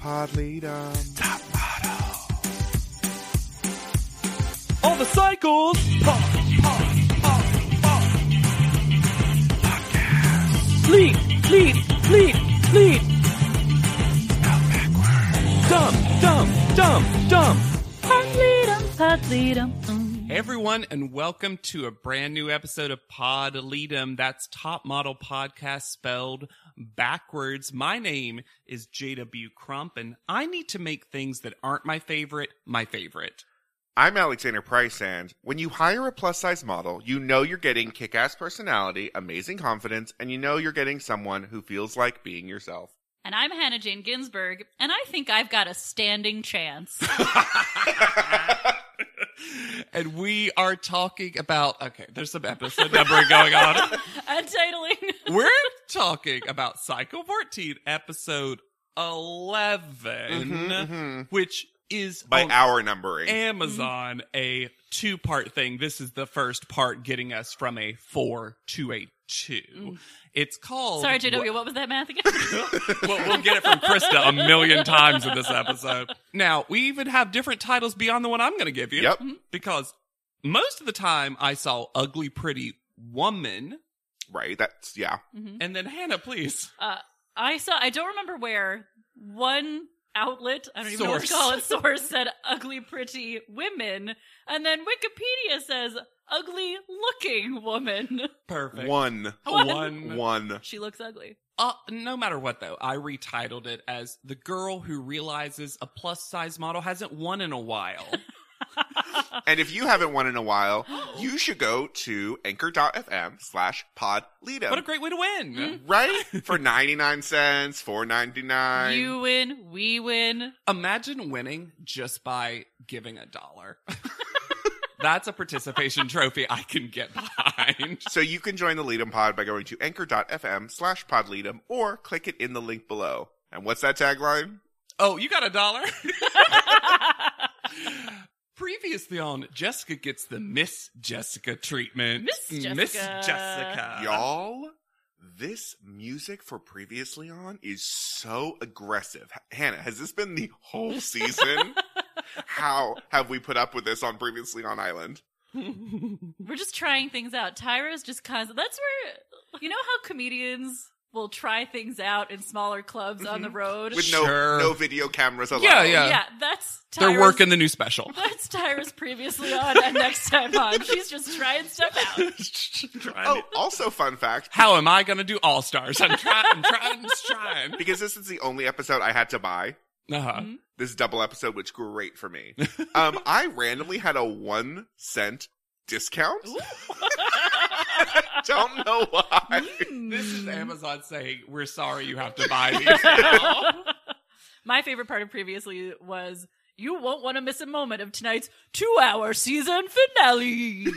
pod leader. Top model. All the cycles. Pop, pop, pop, pop. Podcast. Lead, lead, lead, lead. Out backward. Dumb, dumb, dumb, dumb. Podleadum, Hey everyone, and welcome to a brand new episode of Pod Leadum. That's Top Model Podcast spelled backwards. My name is JW Crump, and I need to make things that aren't my favorite my favorite. I'm Alexander Price, and when you hire a plus size model, you know you're getting kick ass personality, amazing confidence, and you know you're getting someone who feels like being yourself. And I'm Hannah Jane Ginsburg, and I think I've got a standing chance. and we are talking about okay, there's some episode numbering going on. Untitling. We're talking about Cycle 14, episode 11, which is Mm-hmm, By on our numbering. Amazon a two part thing. This is the first part getting us from a four to a two. It's called. Sorry, JW, what was that math again? Well, we'll get it from Krista a million times in this episode. Now, we even have different titles beyond the one I'm going to give you. Yep. Because most of the time I saw Ugly Pretty Woman. right. That's, yeah. And then, Hannah, please. Mm-hmm. uh, I saw, I don't remember where, one outlet, I don't even know what to Source. call it, source said ugly, pretty women, and then Wikipedia says ugly looking woman. Perfect. One. One. One. She looks ugly. Uh, no matter what, though, I retitled it as The Girl Who Realizes a Plus Size Model Hasn't Won in a While. And if you haven't won in a while, you should go to anchor.fm slash pod lead what a great way to win! Right? For 99 cents, 4.99. You win, we win. Imagine winning just by giving a dollar. That's a participation trophy I can get behind. So you can join the Leadem Pod by going to anchor.fm slash podleadem or click it in the link below. And what's that tagline? Oh, you got a dollar? Previously on Jessica gets the Miss Jessica treatment. Miss Miss Jessica. Jessica. Y'all, this music for Previously On is so aggressive. H- Hannah, has this been the whole season? How have we put up with this on Previously On Island? We're just trying things out. Tyra's just constant. That's where you know how comedians will try things out in smaller clubs on the road. With no Sure. no video cameras allowed. Yeah, Mm-hmm. yeah. yeah. that's Tyra's, They're working the new special. That's Tyra's previously on, and next time on, she's just trying stuff out. Oh, also fun fact, How am I going to do All Stars? I'm trying, I'm trying, just trying. because this is the only episode I had to buy. Uh-huh. Mm-hmm. this double episode, which great for me. Um, I randomly had a one cent discount. Don't know why. This is Hmm. Amazon saying, we're sorry you have to buy these now. My favorite part of previously was you won't want to miss a moment of tonight's two-hour season finale.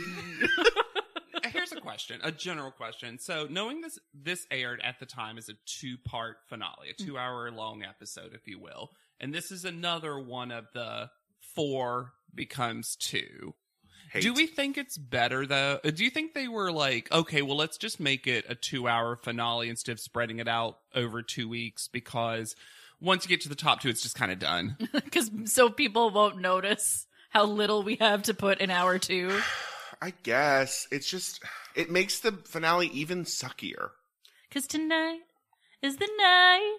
Here's a question, a general question. So, knowing this, this aired at the time as a two part finale, a two hour long episode, if you will. And this is another one of the four becomes two. Hate. Do we think it's better though? Uh, Do you think they were like, okay, well, let's just make it a two hour finale instead of spreading it out over two weeks because once you get to the top two, it's just kind of done. Because so people won't notice how little we have to put in hour two. I guess it's just it makes the finale even suckier. Cause tonight is the night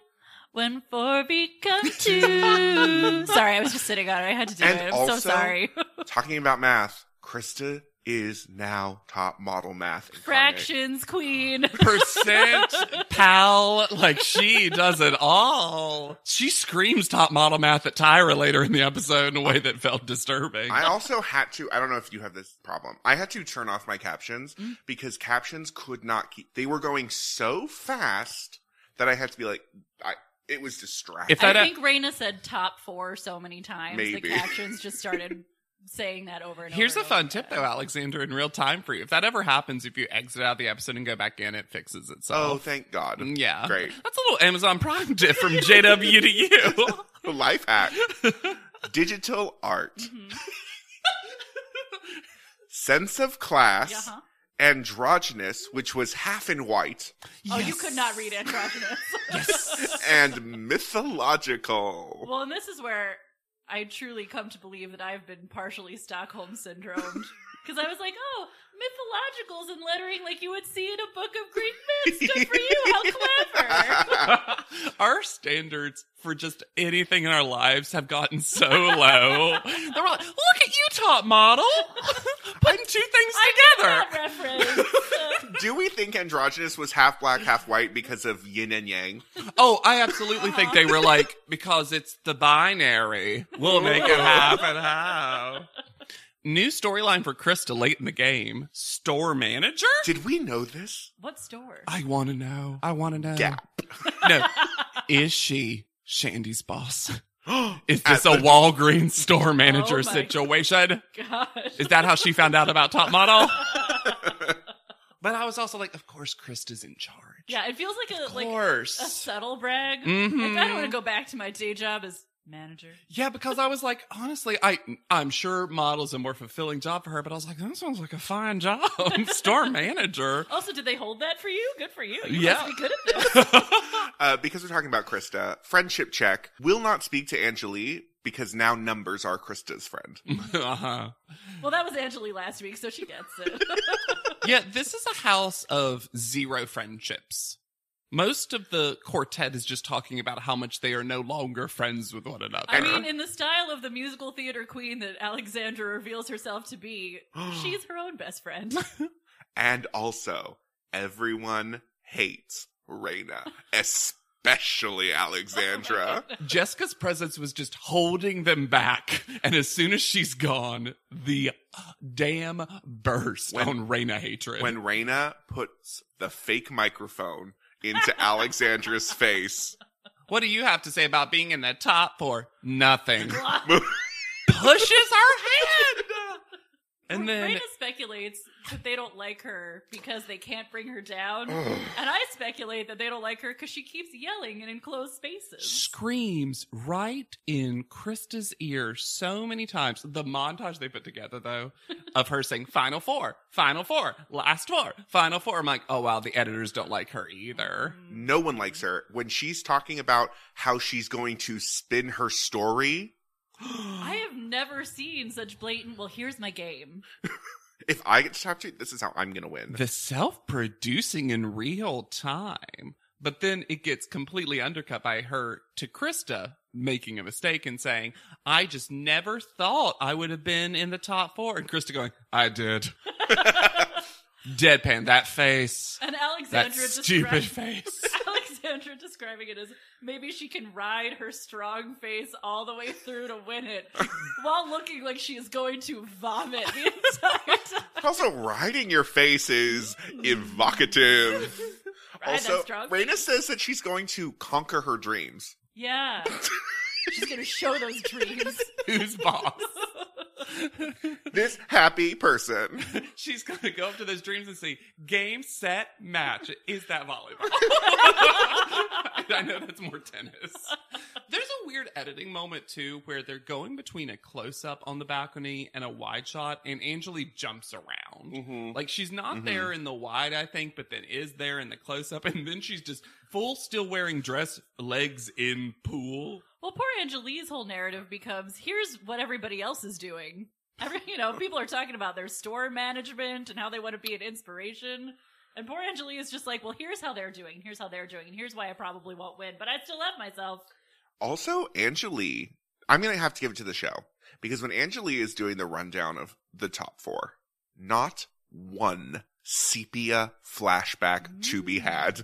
when four become two. sorry, I was just sitting on it. I had to do And it. I'm so also- sorry. Talking about math, Krista is now top model math. incarnate. Fractions queen. Percent pal, like she does it all. She screams top model math at Tyra later in the episode in a way that felt disturbing. I also had to. I don't know if you have this problem. I had to turn off my captions Mm. because captions could not keep. They were going so fast that I had to be like, I, it was distracting. If I that- think Raina said top four so many times. The Maybe. captions just started saying that over and Here's over. a and fun over. tip though, Alexander, in real time for you. If that ever happens, if you exit out of the episode and go back in, it fixes Oh, itself. thank God. yeah. Great. That's a little Amazon Prime tip from JW to you. Life hack. Digital art. Sense of class Uh-huh. androgynous, which was half in white, Oh, you could not read androgynous. Yes. and mythological. well, and this is where I truly come to believe that I've been partially Stockholm syndromed. Because I was like, oh, mythologicals and lettering like you would see in a book of Greek myths. Good for you. How clever. our standards for just anything in our lives have gotten so low. They're all like, look at you, top model, putting two things I together. got that reference. Uh, Do we think androgynous was half black, half white because of yin and yang? Oh, I absolutely think they were like, because it's the binary. We'll make it happen. How? New storyline for Krista late in the game. Store manager? Did we know this? what store? I want to know. I want to know. Yeah. No. Is she Shandy's boss? Is At this a the- Walgreens store manager Oh my situation? Gosh. Is that how she found out about Top Model? but I was also like, of course, Krista's in charge. Yeah, it feels like of a like a course. subtle brag. Mhm. Like I don't want to go back to my day job as manager. Yeah, because I was like, honestly, I I'm sure model's a more fulfilling job for her, but I was like, that sounds like a fine job, store manager. Also, did they hold that for you? Good for you. You Yeah. must be good at this. Uh, because we're talking about Krista, friendship check. Will not speak to Angeli because now numbers are Krista's friend. uh-huh. Well, that was Angeli last week, so she gets it. Yeah, this is a house of zero friendships. Most of the quartet is just talking about how much they are no longer friends with one another. I mean, in the style of the musical theater queen that Alexandra reveals herself to be, she's her own best friend. And also, everyone hates Reyna, especially Alexandra. Jessica's presence was just holding them back. And as soon as she's gone, the damn burst When- on Reina hatred. when Reyna puts the fake microphone into Alexandra's face, what do you have to say about being in the top four? Nothing. Blah. Pushes her hand. And then Raina speculates that they don't like her because they can't bring her down, and ugh, I speculate that they don't like her because she keeps yelling in enclosed spaces. screams right in Krista's ear so many times. The montage they put together, though, of her saying "Final four, Final four, Last four, Final four. I'm like, oh wow, the editors don't like her either. no one likes her. When she's talking about how she's going to spin her story, I have never seen such blatant. Well, here's my game. if I get to talk to you, this is how I'm going to win. the self producing in real time. But then it gets completely undercut by her to Krista making a mistake and saying, I just never thought I would have been in the top four. And Krista going, I did. Deadpan, that face. And That Alexandra stupid describes- face. Alexandra describing it as maybe she can ride her strong face all the way through to win it while looking like she is going to vomit the entire time. Also, riding your face is evocative. Ride that also, strong Raina face. says that she's going to conquer her dreams. Yeah. She's going to show those dreams. Who's boss? This happy person. She's going to go up to those dreams and say, game, set, match. Is that volleyball? And I know that's more tennis. There's a weird editing moment too where they're going between a close up on the balcony and a wide shot, and Angelique jumps around. Mm-hmm. Mm-hmm. Like she's not Mhm. there in the wide, I think, but then is there in the close up, and then she's just full still wearing dress, legs in pool. Well, poor Angelie's whole narrative becomes here's what everybody else is doing. Every, you know, people are talking about their store management and how they want to be an inspiration. And poor Angelie is just like, well, here's how they're doing, here's how they're doing, and here's why I probably won't win, but I still love myself. Also, Angeli, I'm going to have to give it to the show because when Angeli is doing the rundown of the top four, not one sepia flashback to Mm. be had.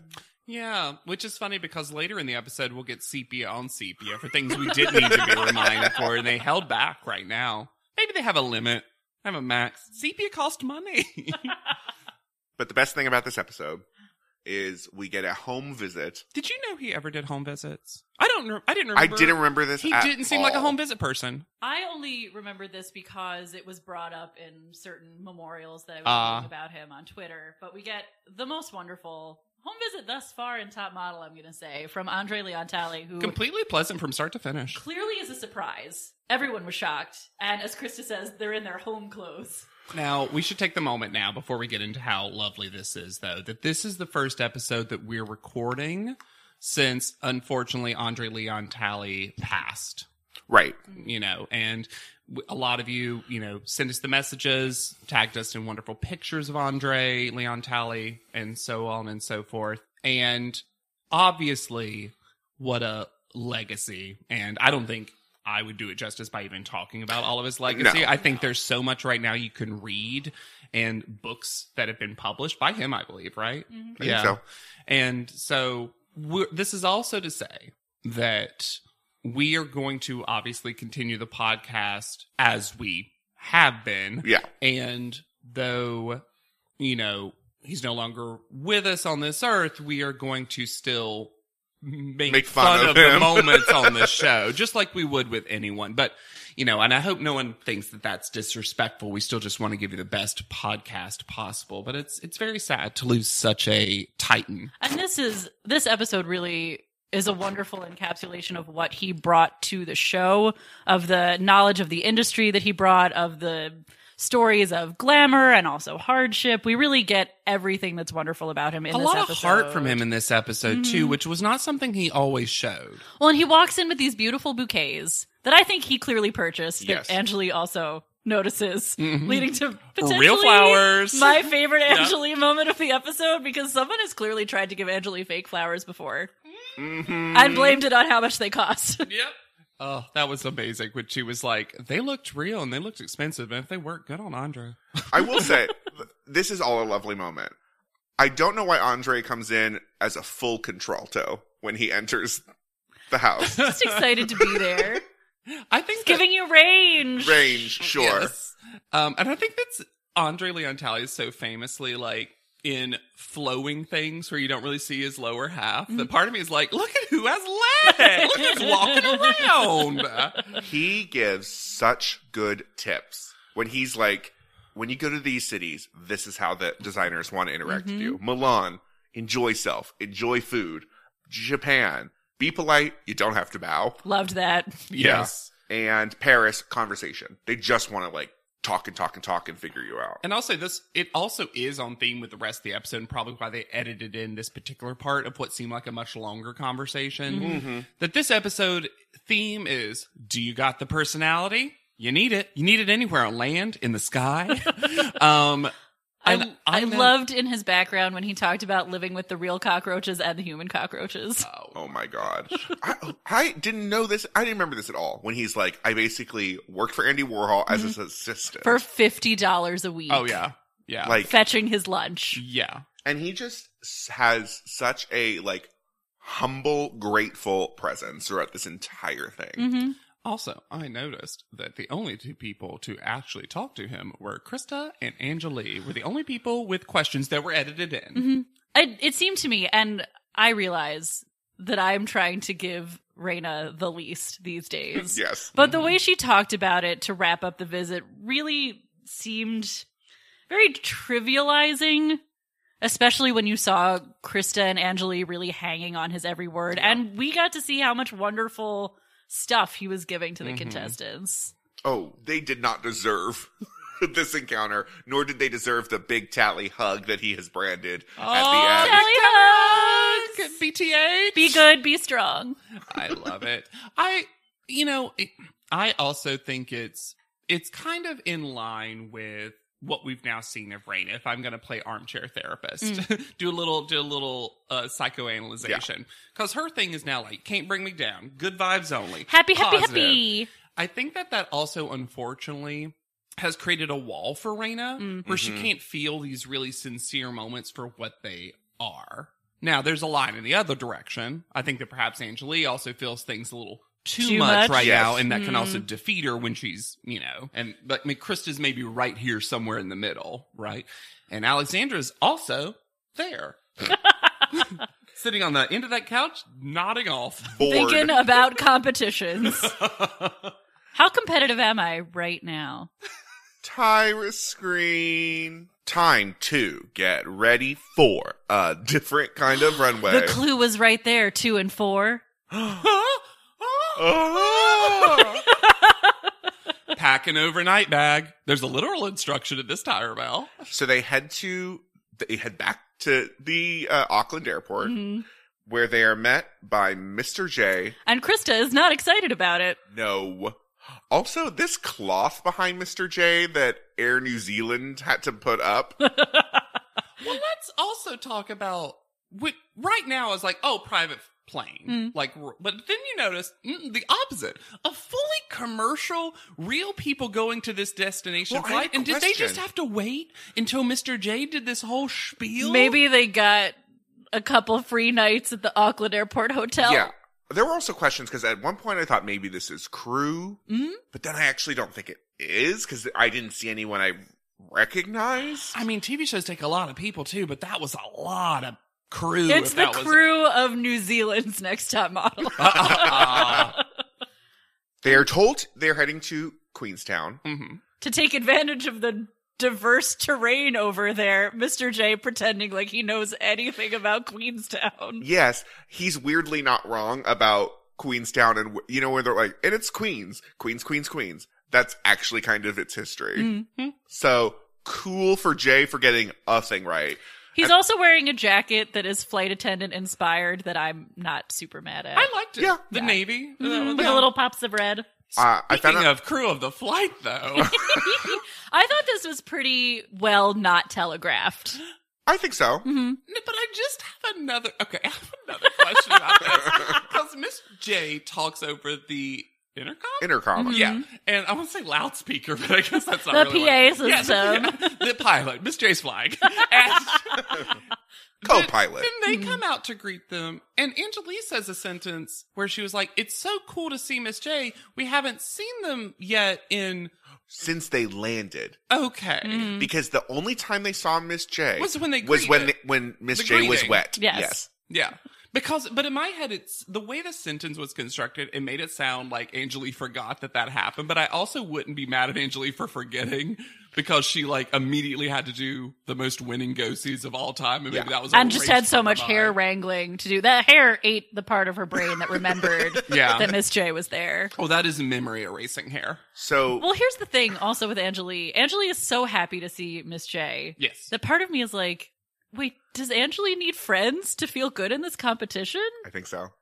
Yeah, which is funny because later in the episode we'll get sepia on sepia for things we did need to be reminded for, and they held back right now. Maybe they have a limit, have a max. Sepia cost money. But the best thing about this episode is we get a home visit. did you know he ever did home visits? I don't. Re- I didn't. I Remember. didn't remember this. He at didn't seem like a all. home visit person. I only remember this because it was brought up in certain memorials that I was Ah. reading about him on Twitter. But we get the most wonderful Home visit thus far in top model, I'm going to say, from Andre Leontali, who Completely pleasant from start to finish. clearly is a surprise. Everyone was shocked. And as Krista says, they're in their home clothes. Now, we should take the moment now before we get into how lovely this is, though, that this is the first episode that we're recording since, unfortunately, Andre Leon Talley passed, Right. you know, and w- a lot of you, you know, sent us the messages, tagged us in wonderful pictures of Andre Leon Talley, and so on and so forth. And obviously, what a legacy. And I don't think. I would do it justice by even talking about all of his legacy. I think there's so much right now you can read and books that have been published by him, I believe, right? Mhm. think so. And so we're, this is also to say that we are going to obviously continue the podcast as we have been. Yeah. And though, you know, he's no longer with us on this earth, we are going to still make, Make fun, fun of, of the him. moments on this show, just like we would with anyone. But, you know, and I hope no one thinks that that's disrespectful. We still just want to give you the best podcast possible, but it's, it's very sad to lose such a titan. And this is this episode really is a wonderful encapsulation of what he brought to the show, of the knowledge of the industry that he brought, of the stories of glamour and also hardship. We really get everything that's wonderful about him in a this lot episode. of heart from him in this episode too, Mhm. which was not something he always showed. Well, and he walks in with these beautiful bouquets that I think he clearly purchased Yes. that Angeli also notices, Mhm. leading to potentially Real flowers. My favorite Yeah. Angeli moment of the episode because someone has clearly tried to give Angeli fake flowers before Mm-hmm. and blamed it on how much they cost. Yep. Oh, that was amazing. When she was like, they looked real and they looked expensive, and if they weren't, good on Andre. I will say, th- this is all a lovely moment. I don't know why Andre comes in as a full contralto when he enters the house. Just excited to be there. I think It's giving you range. Range, sure. Yes. Um, and I think that's Andre Leontali is so famously like in flowing things where you don't really see his lower half. The part of me is like, look at who has legs. Look who's walking around. He gives such good tips when he's like, when you go to these cities, this is how the designers want to interact with you. Milan, enjoy self, enjoy food. Japan, be polite, you don't have to bow. Loved that. Yes. And Paris, conversation. They just want to like talk and talk and talk and figure you out. And also, this it also is on theme with the rest of the episode, and probably why they edited in this particular part of what seemed like a much longer Mm-hmm. conversation. Mhm. That this episode theme is: Do you got the personality? You need it. You need it anywhere on land, in the sky. um, I, And I, I know- loved in his background when he talked about living with the real cockroaches and the human cockroaches. Oh my god. I, I didn't know this. I didn't remember this at all. When he's like, I basically worked for Andy Warhol as his assistant. For fifty dollars a week. oh yeah, yeah, like, Fetching his lunch. yeah. and he just s- has such a like humble, grateful presence throughout this entire thing. hmm Also, I noticed that the only two people to actually talk to him were Krista and Angelie. Were the only people with questions that were edited in. hmm It, it seemed to me, and I realize that I'm trying to give Raina the least these days. Yes. But the way she talked about it to wrap up the visit really seemed very trivializing, especially when you saw Krista and Angeli really hanging on his every word. And we got to see how much wonderful stuff he was giving to the Mhm. contestants. Oh, they did not deserve this encounter, nor did they deserve the big tally hug that he has branded at the end. Tally hugs! Good BTA. Be good, be strong. I love it. I, you know, it, I also think it's it's kind of in line with what we've now seen of Raina. If I'm going to play armchair therapist, Mm. do a little do a little uh, psychoanalyzation because her thing is now like can't bring me down, good vibes only, Happy, happy, Positive. happy. I think that that also unfortunately has created a wall for Raina Mm. where she Mhm. can't feel these really sincere moments for what they are. Now, there's a line in the other direction. I think that perhaps Angelie also feels things a little too, Too much, much? right Yes. now, and that can Mm. also defeat her when she's, you know, and but I mean, Krista's maybe right here somewhere in the middle, right? And Alexandra's also there. Sitting on the end of that couch, nodding off. Bored. Thinking about competitions. How competitive am I right now? Tyra screen. time to get ready for a different kind of runway. The clue was right there, two and four. Oh. Pack an overnight bag. There's a literal instruction at this tire bell. so they head to they head back to the uh, Auckland airport Mhm. where they are met by Mr. J. And Krista is not excited about it. No. Also, this cloth behind Mr. J that Air New Zealand had to put up. Well, let's also talk about what right now is like, oh, private plane. Mm. Like, r- but then you notice mm, the opposite. A fully commercial, real people going to this destination Well, I have flight. a And did they just question. have to wait until Mr. J did this whole spiel? Maybe they got a couple free nights at the Auckland Airport Hotel. Yeah. There were also questions because at one point I thought maybe this is crew, Mhm. but then I actually don't think it is because I didn't see anyone I recognized. I mean, TV shows take a lot of people too, but that was a lot of crew. It's if the that was- crew of New Zealand's next top model. Uh-uh. They are told they're heading to Queenstown. Mhm. to take advantage of the diverse terrain over there, Mr. J pretending like he knows anything about Queenstown. Yes, he's weirdly not wrong about Queenstown and wh- you know where they're like, and it's Queens, Queens, Queens, Queens. That's actually kind of its history. Mm-hmm. Mhm. So cool for Jay for getting a thing right. He's also wearing a jacket that is flight attendant inspired that I'm not super mad at. I liked it. Yeah. The Yeah. Navy. Uh, Mhm, with yeah. the little pops of red. Uh, I Speaking found out of crew of the flight, though, I thought this was pretty well not telegraphed. I think so. Mm-hmm. hmm No, But I just have another. Okay, I have another question about this because Miss J talks over the intercom. Intercom. Mhm. Yeah, and I want to say loudspeaker, but I guess that's not The really PA what it- Yeah, the- system. yeah, the pilot, Miss J's flag. And Mm-hmm. Co-pilot. Then they Mhm. come out to greet them, and Angelique says a sentence where she was like, "It's so cool to see Miss J. We haven't seen them yet in Since they landed, okay." Mm-hmm. because the only time they saw Miss J Mm-hmm. Was when they was when greeted. they- when Miss The J was greeting. wet. Yes. Yeah. Because, but in my head, it's the way the sentence was constructed, it made it sound like Angelique forgot that that happened. But I also wouldn't be mad at Angelique for forgetting because she like immediately had to do the most winning go sees of all time. And maybe Yeah. that was a And just race had so for much her hair mind. wrangling to do. That hair ate the part of her brain that remembered Yeah. that Miss J was there. oh, that is memory erasing hair. So Well, here's the thing also with Angelique. Angelique is so happy to see Miss J. Yes. That part of me is like, wait, does Angelique need friends to feel good in this competition? I think so. Her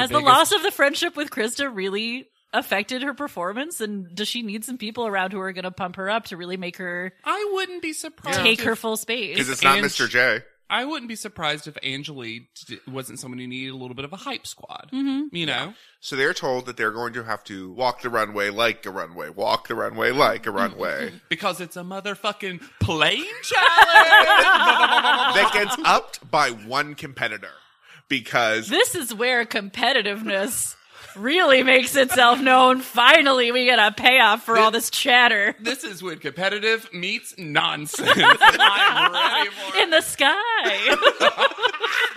Has the biggest- loss of the friendship with Krista really affected her performance? And does she need some people around who are going to pump her up to really make her I wouldn't be surprised. take if- her full space? Because it's not And- Mr. J. I wouldn't be surprised if Angelique d- wasn't someone who needed a little bit of a hype squad. Mhm. You know? So they're told that they're going to have to walk the runway like a runway, walk the runway like a runway. Because it's a motherfucking plane challenge. that gets upped by one competitor because This is where competitiveness really makes itself known. Finally, we get a payoff for all this chatter This is when competitive meets nonsense. I'm ready for in it. the sky.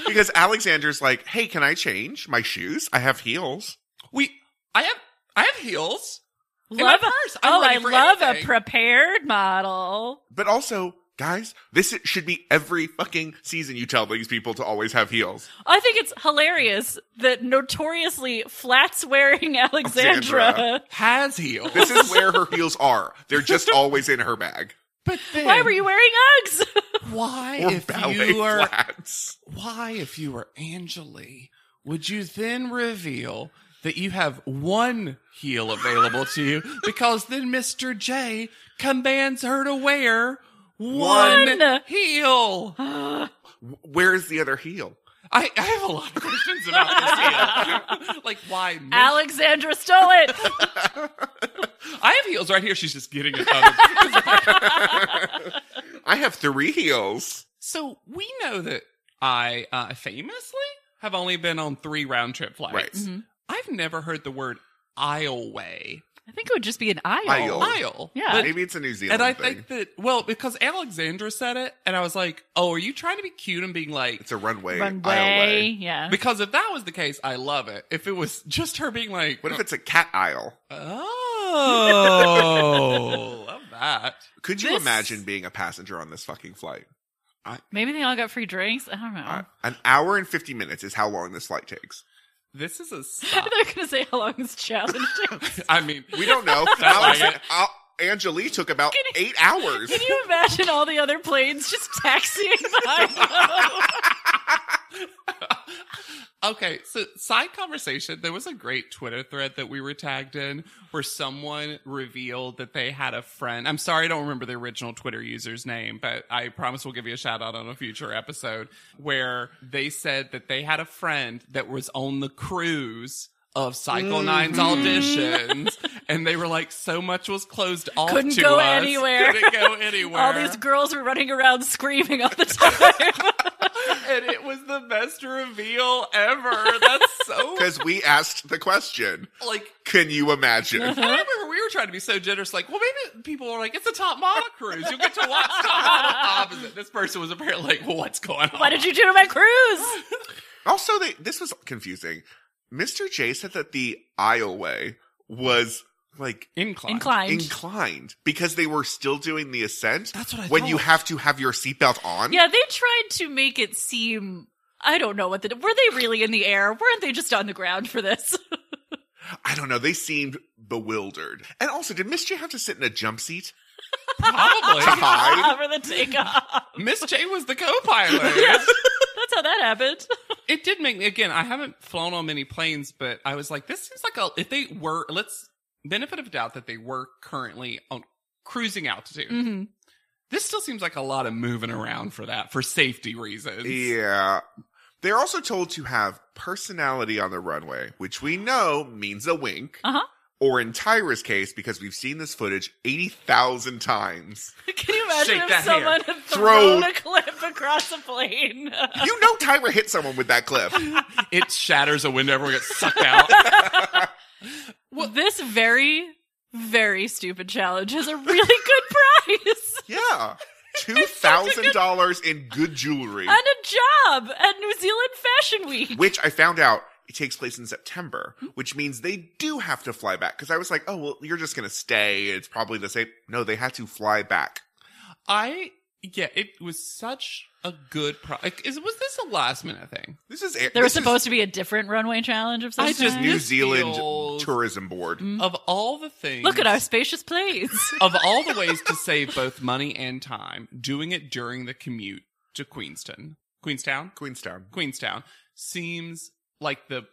because Alexander's like, "Hey, can I change my shoes? I have heels." We, I have, I have heels. in my Love purse. I'm Oh, I ready for love anything. a prepared model. But also, guys, this i- should be every fucking season you tell these people to always have heels. I think it's hilarious that notoriously flats wearing Alexandra. Alexandra. Has heels. This is where her heels are. They're just always in her bag But then, Why were you wearing Uggs? Why or if ballet you are? flats. Why if you were Angeli? Would you then reveal that you have one heel available to you? Because then Mister J commands her to wear one, One. heel. W- Where is the other heel? I, I have a lot of questions about this heel. like why Miss Alexandra stole it. I have heels right here. She's just getting it. out of- I have three heels. so we know that I uh, famously have only been on three round trip flights. Right. Mhm. I've never heard the word aisleway. I think it would just be an aisle. Oh, Aisle. Aisle. Yeah. But- Maybe it's a New Zealand and I thing. think that well because Alexandra said it, and I was like, "Oh, are you trying to be cute and being like?" it's a runway. Runway. aisleway. Yeah. because if that was the case, I love it. If it was just her being like, What if it's a cat aisle? "Oh, love that. Could you This- imagine being a passenger on this fucking flight? Maybe they all got free drinks. I don't know. Uh, an hour and 50 minutes is how long this flight takes. This is a stop. They're gonna say how long this challenge takes. I mean, We don't know. Not like Alex- it. Al- Angelique took about Can you- eight hours. Can you imagine all the other planes just taxiing behind them? okay, so side conversation. There was a great Twitter thread that we were tagged in where someone revealed that they had a friend. I'm sorry, I don't remember the original Twitter user's name, but I promise we'll give you a shout out on a future episode where they said that they had a friend that was on the cruise. Of Cycle Mm-hmm. Nine's auditions, and they were like, so much was closed off Couldn't to go us. anywhere. Couldn't go anywhere. All these girls were running around screaming all the time. and it was the best reveal ever. That's so Because we asked the question, like can you imagine? I Uh-huh. remember we were trying to be so generous, like, well, maybe people are like, it's a top model cruise. You'll get to watch top model opposite. This person was apparently like, well, what's going on? what did you do to my cruise? also, they, this was confusing. Mr. J said that the aisleway was like Incline. Inclined. inclined because they were still doing the ascent That's what I when you thought. have to have your seatbelt on. yeah, they tried to make it seem. I don't know what the. Were they really in the air? Weren't they just on the ground for this? I don't know. They seemed bewildered. And also, did Miss J have to sit in a jump seat? Probably. Hi. for the takeoff. Miss J was the co-pilot. That's how that happened. it did make me again i haven't flown on many planes but i was like this seems like a if they were let's benefit of doubt that they were currently on cruising altitude hmm this still seems like a lot of moving around for that for safety reasons Yeah. They're also told to have personality on the runway, which we know means a wink. Uh-huh. Or in Tyra's case, because we've seen this footage 80,000 times. Can you imagine Shake if that someone hand. had Throw- thrown a clip across a plane? You know Tyra hit someone with that clip. it shatters a window everyone gets sucked out well, this very, very stupid challenge has a really good price Yeah. $2,000 in good jewelry, and a job at New Zealand Fashion Week. which I found out it takes place in September, which means they do have to fly back. Because I was like, oh, well, you're just going to stay. It's probably the same. No, they had to fly back. i yeah it was such a good pro like, is, was this a last minute thing This is it. There was supposed to be a different runway challenge of some I just kind. New This Zealand feels- Tourism Board. of all the things Look at our spacious planes. of all the ways to save both money and time doing it during the commute to queenston queenstown Queenstown. Queenstown seems like the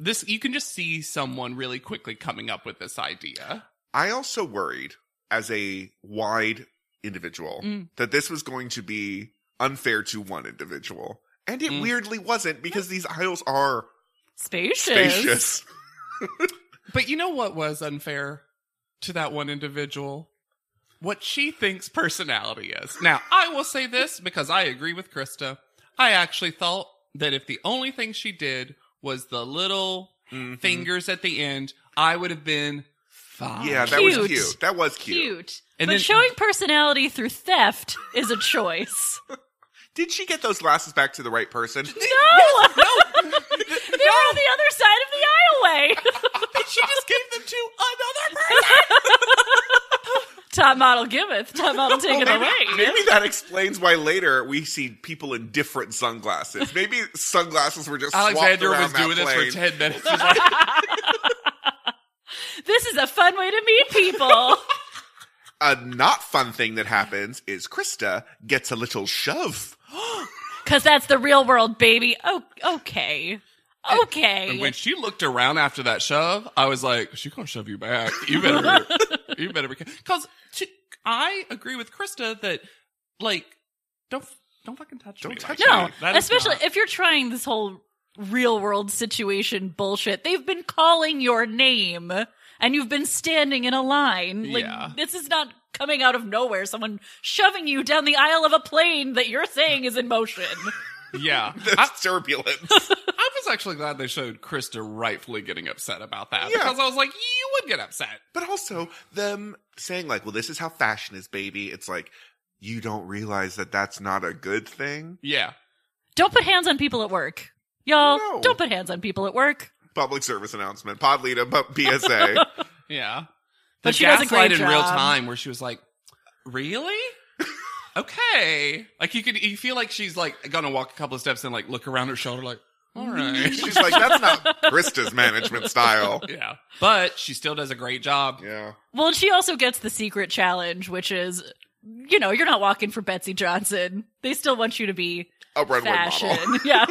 this you can just see someone really quickly coming up with this idea. I also worried as a wide individual Mm. that this was going to be unfair to one individual. And it Mm. weirdly wasn't because these aisles are spacious. spacious. But you know what was unfair to that one individual? What she thinks personality is. Now, I will say this because I agree with Krista. I actually thought that if the only thing she did was the little Mhm. fingers at the end, I would have been fine. Yeah, that was Cute. cute. That was cute. Cute. And but then- showing personality through theft is a choice. Did she get those glasses back to the right person? No! they were on the other side of the aisleway. she just gave them to another person. Top model giveth, top model taken Well, away. maybe that explains why later we see people in different sunglasses. Maybe sunglasses were just swapped Alexander around was that doing this plane. for 10 minutes. He's like, This is a fun way to meet people. A not fun thing that happens is Krista gets a little shove. Cause that's the real world, baby. Oh, okay. Okay. and when she looked around after that shove, I was like, she gonna shove you back. You better, you better be Because I agree with Krista that, like, don't, don't fucking touch Don't me. touch like me. no, that. That is especially not- if you're trying this whole real world situation bullshit. They've been calling your name and you've been standing in a line. Like, Yeah. this is not coming out of nowhere. Someone shoving you down the aisle of a plane that you're saying is in motion. yeah. The I, turbulence. I was actually glad they showed Krista rightfully getting upset about that Yeah. because I was like, you would get upset. But also them saying like, "Well, this is how fashion is, baby." It's like you don't realize that that's not a good thing. Yeah. don't put hands on people at work. Y'all, No. don't put hands on people at work. Public service announcement, Podlita, but PSA. Yeah. But the she does a gaslight great in real job. time where she was like, "Really? okay." Like you could, you feel like she's like gonna walk a couple of steps and like look around her shoulder, like, "All right." She's like, that's not Krista's management style. yeah, but she still does a great job. Yeah. Well, and she also gets the secret challenge, which is, you know, you're not walking for Betsy Johnson. They still want you to be A runway fashion. model. yeah.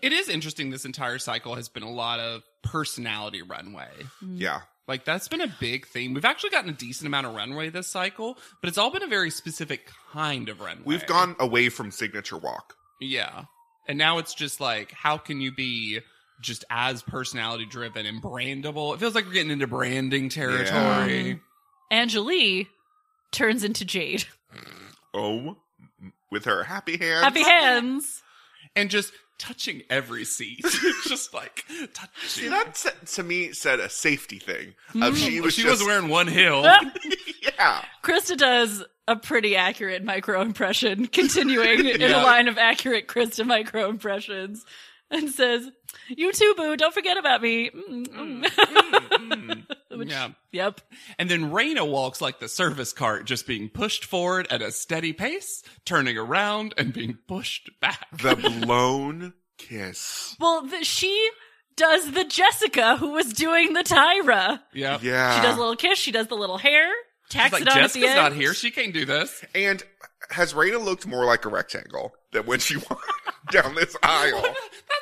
It is interesting. This entire cycle has been a lot of personality runway. Yeah. Like that's been a big theme. We've actually gotten a decent amount of runway this cycle, but it's all been a very specific kind of runway. We've gone away from signature walk. Yeah. And now it's just like, how can you be just as personality driven and brandable? It feels like we're getting into branding territory. Mhm. Angelique turns into Jade. Oh, with her happy hands. Happy hands. And just touching every seat. It's just like See, touching. that sa- to me said a safety thing. Mm-hmm. Of she was she just, was wearing one heel. yeah. Krista does a pretty accurate micro impression, continuing in Yeah. a line of accurate Krista micro impressions, and says, You too, Boo, don't forget about me. Mm, mm, Which- yeah. Yep. And then Raina walks like the service cart, just being pushed forward at a steady pace, turning around and being pushed back. The blown kiss. Well, the, she does the Jessica who was doing the Tyra. yeah. Yeah. She does a little kiss, she does the little hair, Ah. She's tacks like, it on at the Jessica's end. not here. She can't do this. and has Raina looked more like a rectangle than when she walked down this aisle? That's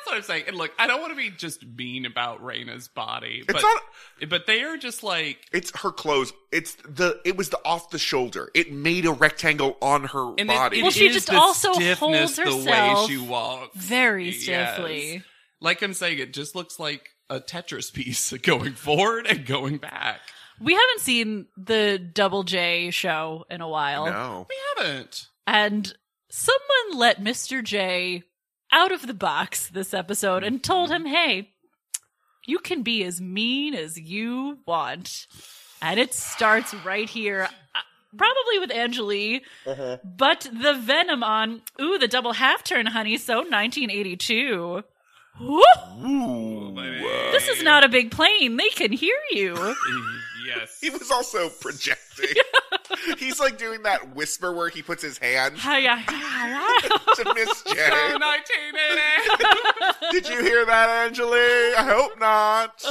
what I'm saying. And look, I don't want to be just mean about Raina's body, It's but not. but they are just like, It's her clothes. It's the. It was the off the shoulder. It made a rectangle on her and it- body. it Well, she is just the also stiffness holds the way herself she walks. Very Yes. stiffly. Like I'm saying, it just looks like a Tetris piece going forward and going back. We haven't seen the Double J show in a while. no. We haven't. And someone let Mr. J out of the box this episode and told him, hey, you can be as mean as you want. And it starts right here, uh, probably with Angelique, Uh-huh. but the venom on, ooh, the double half turn, honey, so 1982. Woo! Ooh. baby. This is not a big plane. They can hear you. yes. He was also projecting. He's like doing that whisper where he puts his hand Hiya, hiya. to Miss So J. 1980. Did you hear that, Angelique? I hope not.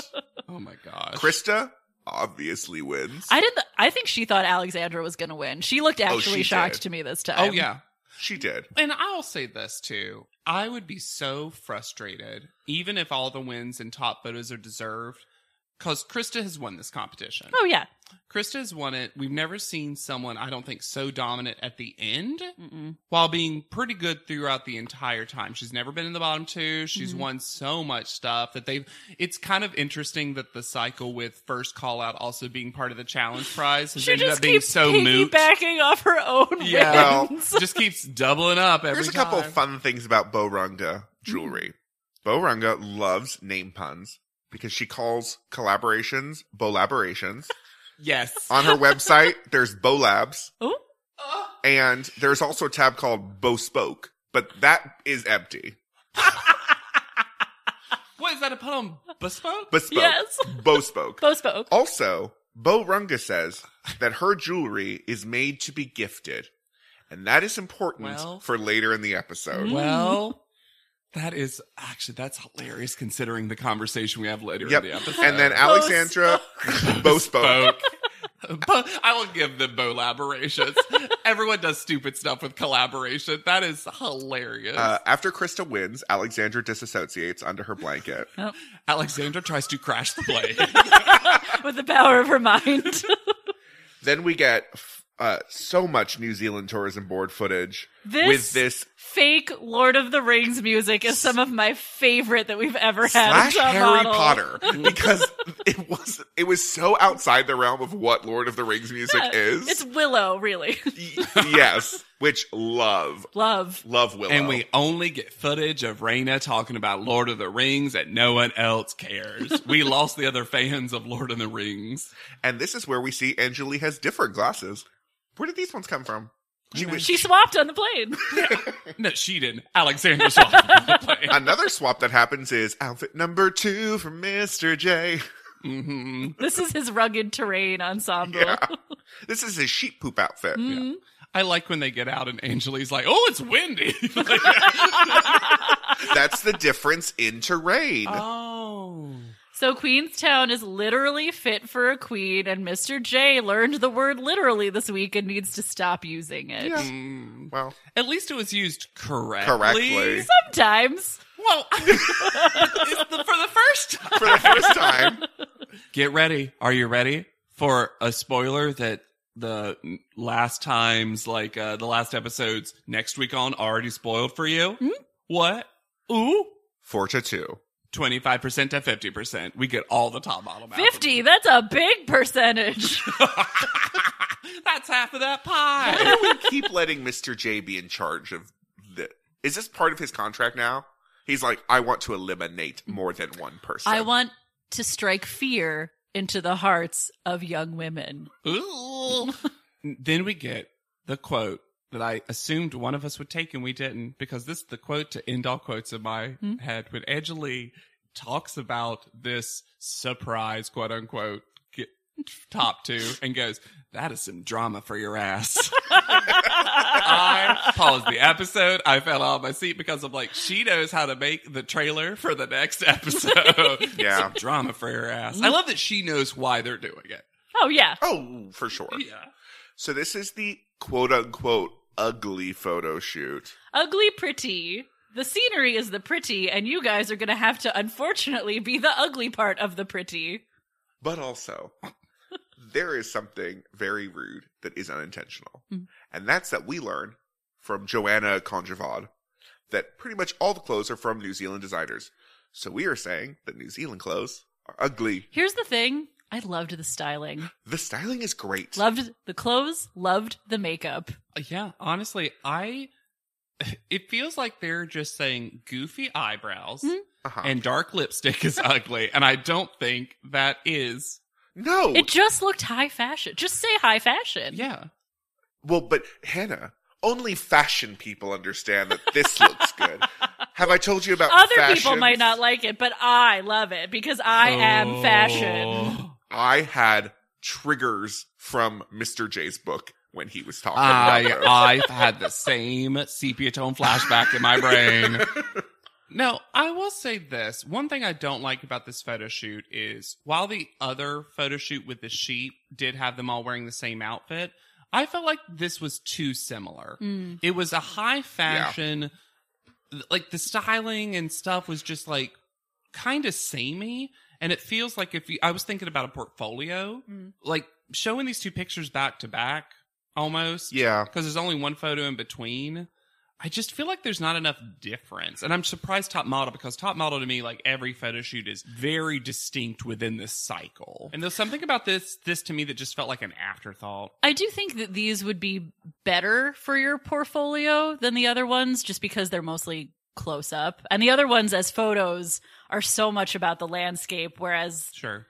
oh my gosh. Krista obviously wins. I did. The, I think she thought Alexandra was going to win. She looked Oh, actually she shocked did. to me this time. oh yeah. she did. And I'll say this too. I would be so frustrated, even if all the wins and top photos are deserved, because Krista has won this competition. Oh yeah. Krista has won it. We've never seen someone, I don't think, so dominant at the end Mm-mm. while being pretty good throughout the entire time. She's never been in the bottom two. She's Mhm. won so much stuff that they've. It's kind of interesting that the cycle with first call out also being part of the challenge prize has She ended just up being keeps so moot. piggybacking off her own Yeah. wins. Just keeps doubling up every Here's a time. Mm-hmm. couple fun things about Borunga jewelry. Borunga loves name puns because she calls collaborations bolaborations. yes. On her website, there's Bolabs, Ooh. and there's also a tab called Bespoke, but that is empty. What is that a pun on bespoke? Bespoke. Yes. Bespoke. Both spoke. Also, Bo Runga says that her jewelry is made to be gifted, and that is important Well- for later in the episode. Mm. well, that is actually that's hilarious considering the conversation we have Mm-hmm. later Yep. in the episode. And then Alexandra Bo spoke. But I will give them bow collaborations. Everyone does stupid stuff with collaboration. That is hilarious. Uh, after Krista wins, Alexandra disassociates under her blanket. Alexandra tries to crash the plane. With the power of her mind. Then we get f- uh, so much New Zealand Tourism Board footage This, with this fake Lord of the Rings music is some of my favorite that we've ever had. as slash a Harry model. Potter because it was it was so outside the realm of what Lord of the Rings music Yeah, is. It's Willow, really. Y- yes, which love Love. love Willow. and we only get footage of Raina talking about Lord of the Rings and no one else cares. we lost the other fans of Lord of the Rings. And this is where we see Angelique has different glasses. Where did these ones come from? She was She swapped on the plane. No, she didn't. Alexandra saw the plane. another swap that happens is outfit number two for Mr. J. hmm This is his rugged terrain ensemble. Yeah. This is his sheep poop outfit. Mhm. I like when they get out and Angelie's like, "Oh, it's windy." Like, That's the difference in terrain. oh, so Queenstown is literally fit for a queen, and Mr. J learned the word literally this week and needs to stop using it. Yeah. Mm. well, at least it was used correctly. Correctly. Sometimes. Well, it's the, for the first time. for the first time, Get ready. Are you ready for a spoiler that the last times, like uh, the last episodes next week on, already spoiled for you? Hmm? What? Ooh. four to two. 25% to 50%. We get all the top model. Malcolm. 50, that's a big percentage. That's half of that Why pie. do we keep letting Mr. J be in charge of the? Is this part of his contract now? He's like, I want to eliminate more than one person. I want to strike fear into the hearts of young women. Ooh. then we get the quote that I assumed one of us would take and we didn't because this is the quote to end all quotes in my Hmm. head when Angelique talks about this surprise quote unquote get, top two and goes, that is some drama for your ass. Oh, I paused the episode. I fell out of my seat because I'm like, she knows how to make the trailer for the next episode. Yeah. Some drama for her ass. I love that she knows why they're doing it. oh, yeah. Oh, for sure. Yeah. So this is the quote unquote ugly photo shoot. Ugly pretty. The scenery is the pretty, and you guys are going to have to, unfortunately, be the ugly part of the pretty. But also, there is something very rude that is unintentional. Mhm. And that's that we learn from Joanna Conjavad that pretty much all the clothes are from New Zealand designers. So we are saying that New Zealand clothes are ugly. Here's the thing I loved the styling, The styling is great. loved the clothes, loved the makeup. Yeah. Honestly, I, it feels like they're just saying goofy eyebrows Hmm. Uh-huh. and dark lipstick is ugly. And I don't think that is. no. It just looked high fashion. Just say high fashion. Yeah. well, but Hannah, only fashion people understand that this looks good. Have I told you about Other people fashions? might not like it, but I love it because I am fashion. Oh. I had triggers from Mr. J's book when he was talking Ah, about those. I I've had the same sepia tone flashback in my brain. Now, I will say this. One thing I don't like about this photo shoot is while the other photo shoot with the sheep did have them all wearing the same outfit, I felt like this was too similar. Mm. It was a high fashion, like the styling and stuff was just like kind of samey. And it feels like if you, I was thinking about a portfolio, Mm. like showing these two pictures back to back almost Yeah. because there's only one photo in between. I just feel like there's not enough difference. And I'm surprised Top Model because Top Model to me, like every photo shoot is very distinct within this cycle. And there's something about this, this to me that just felt like an afterthought. I do think that these would be better for your portfolio than the other ones just because they're mostly close up. And the other ones as photos are so much about the landscape whereas Sure.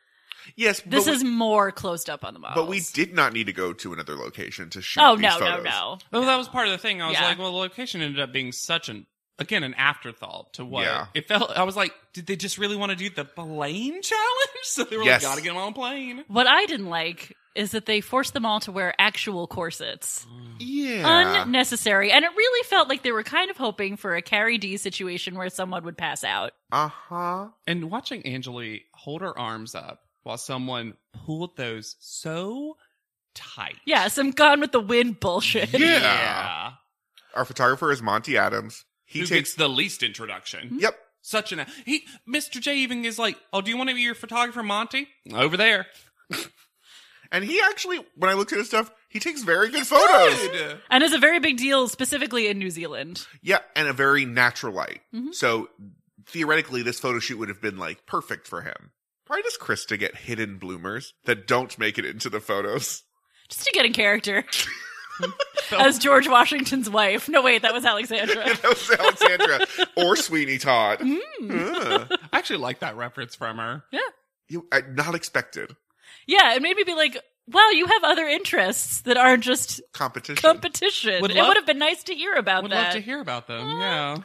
Yes, this but we- is more closed up on the models. But we did not need to go to another location to shoot. Oh these no, no, photos. no. Well, that was part of the thing. I was Yeah. like, well, the location ended up being such an, again, an afterthought to what Yeah. it felt. I was like, did they just really want to do the plane challenge? So they were Yes. like, gotta get them on a plane. What I didn't like is that they forced them all to wear actual corsets. Yeah. Unnecessary. And it really felt like they were kind of hoping for a Carrie D situation where someone would pass out. uh huh. And watching Angeli hold her arms up while someone pulled those so tight. Yeah, some gone with the wind bullshit. Yeah. Our photographer is Monty Adams. He He Who takes. gets Hmm? the least Hmm? introduction. Yep. Such an he Mr. J even is like, Oh, do you want to be your photographer, Monty? Over there. And he actually, when I looked at his stuff, he takes very good photos. Good. And it's a very big deal specifically in New Zealand. Yeah, and a very natural light. Mhm. So theoretically, this photo shoot would have been like perfect for him. Why does Krista get hidden bloomers that don't make it into the photos? Just to get in character Oh. as George Washington's wife. No, wait, that was Alexandra. that was Alexandra or Sweeney Todd. Mm. Ugh. I actually like that reference from her. You, uh, not expected. Yeah, it made me be like, wow, you have other interests that aren't just Competition. competition. Would it love- would have been nice to hear about Would that. love to hear about them. Yeah.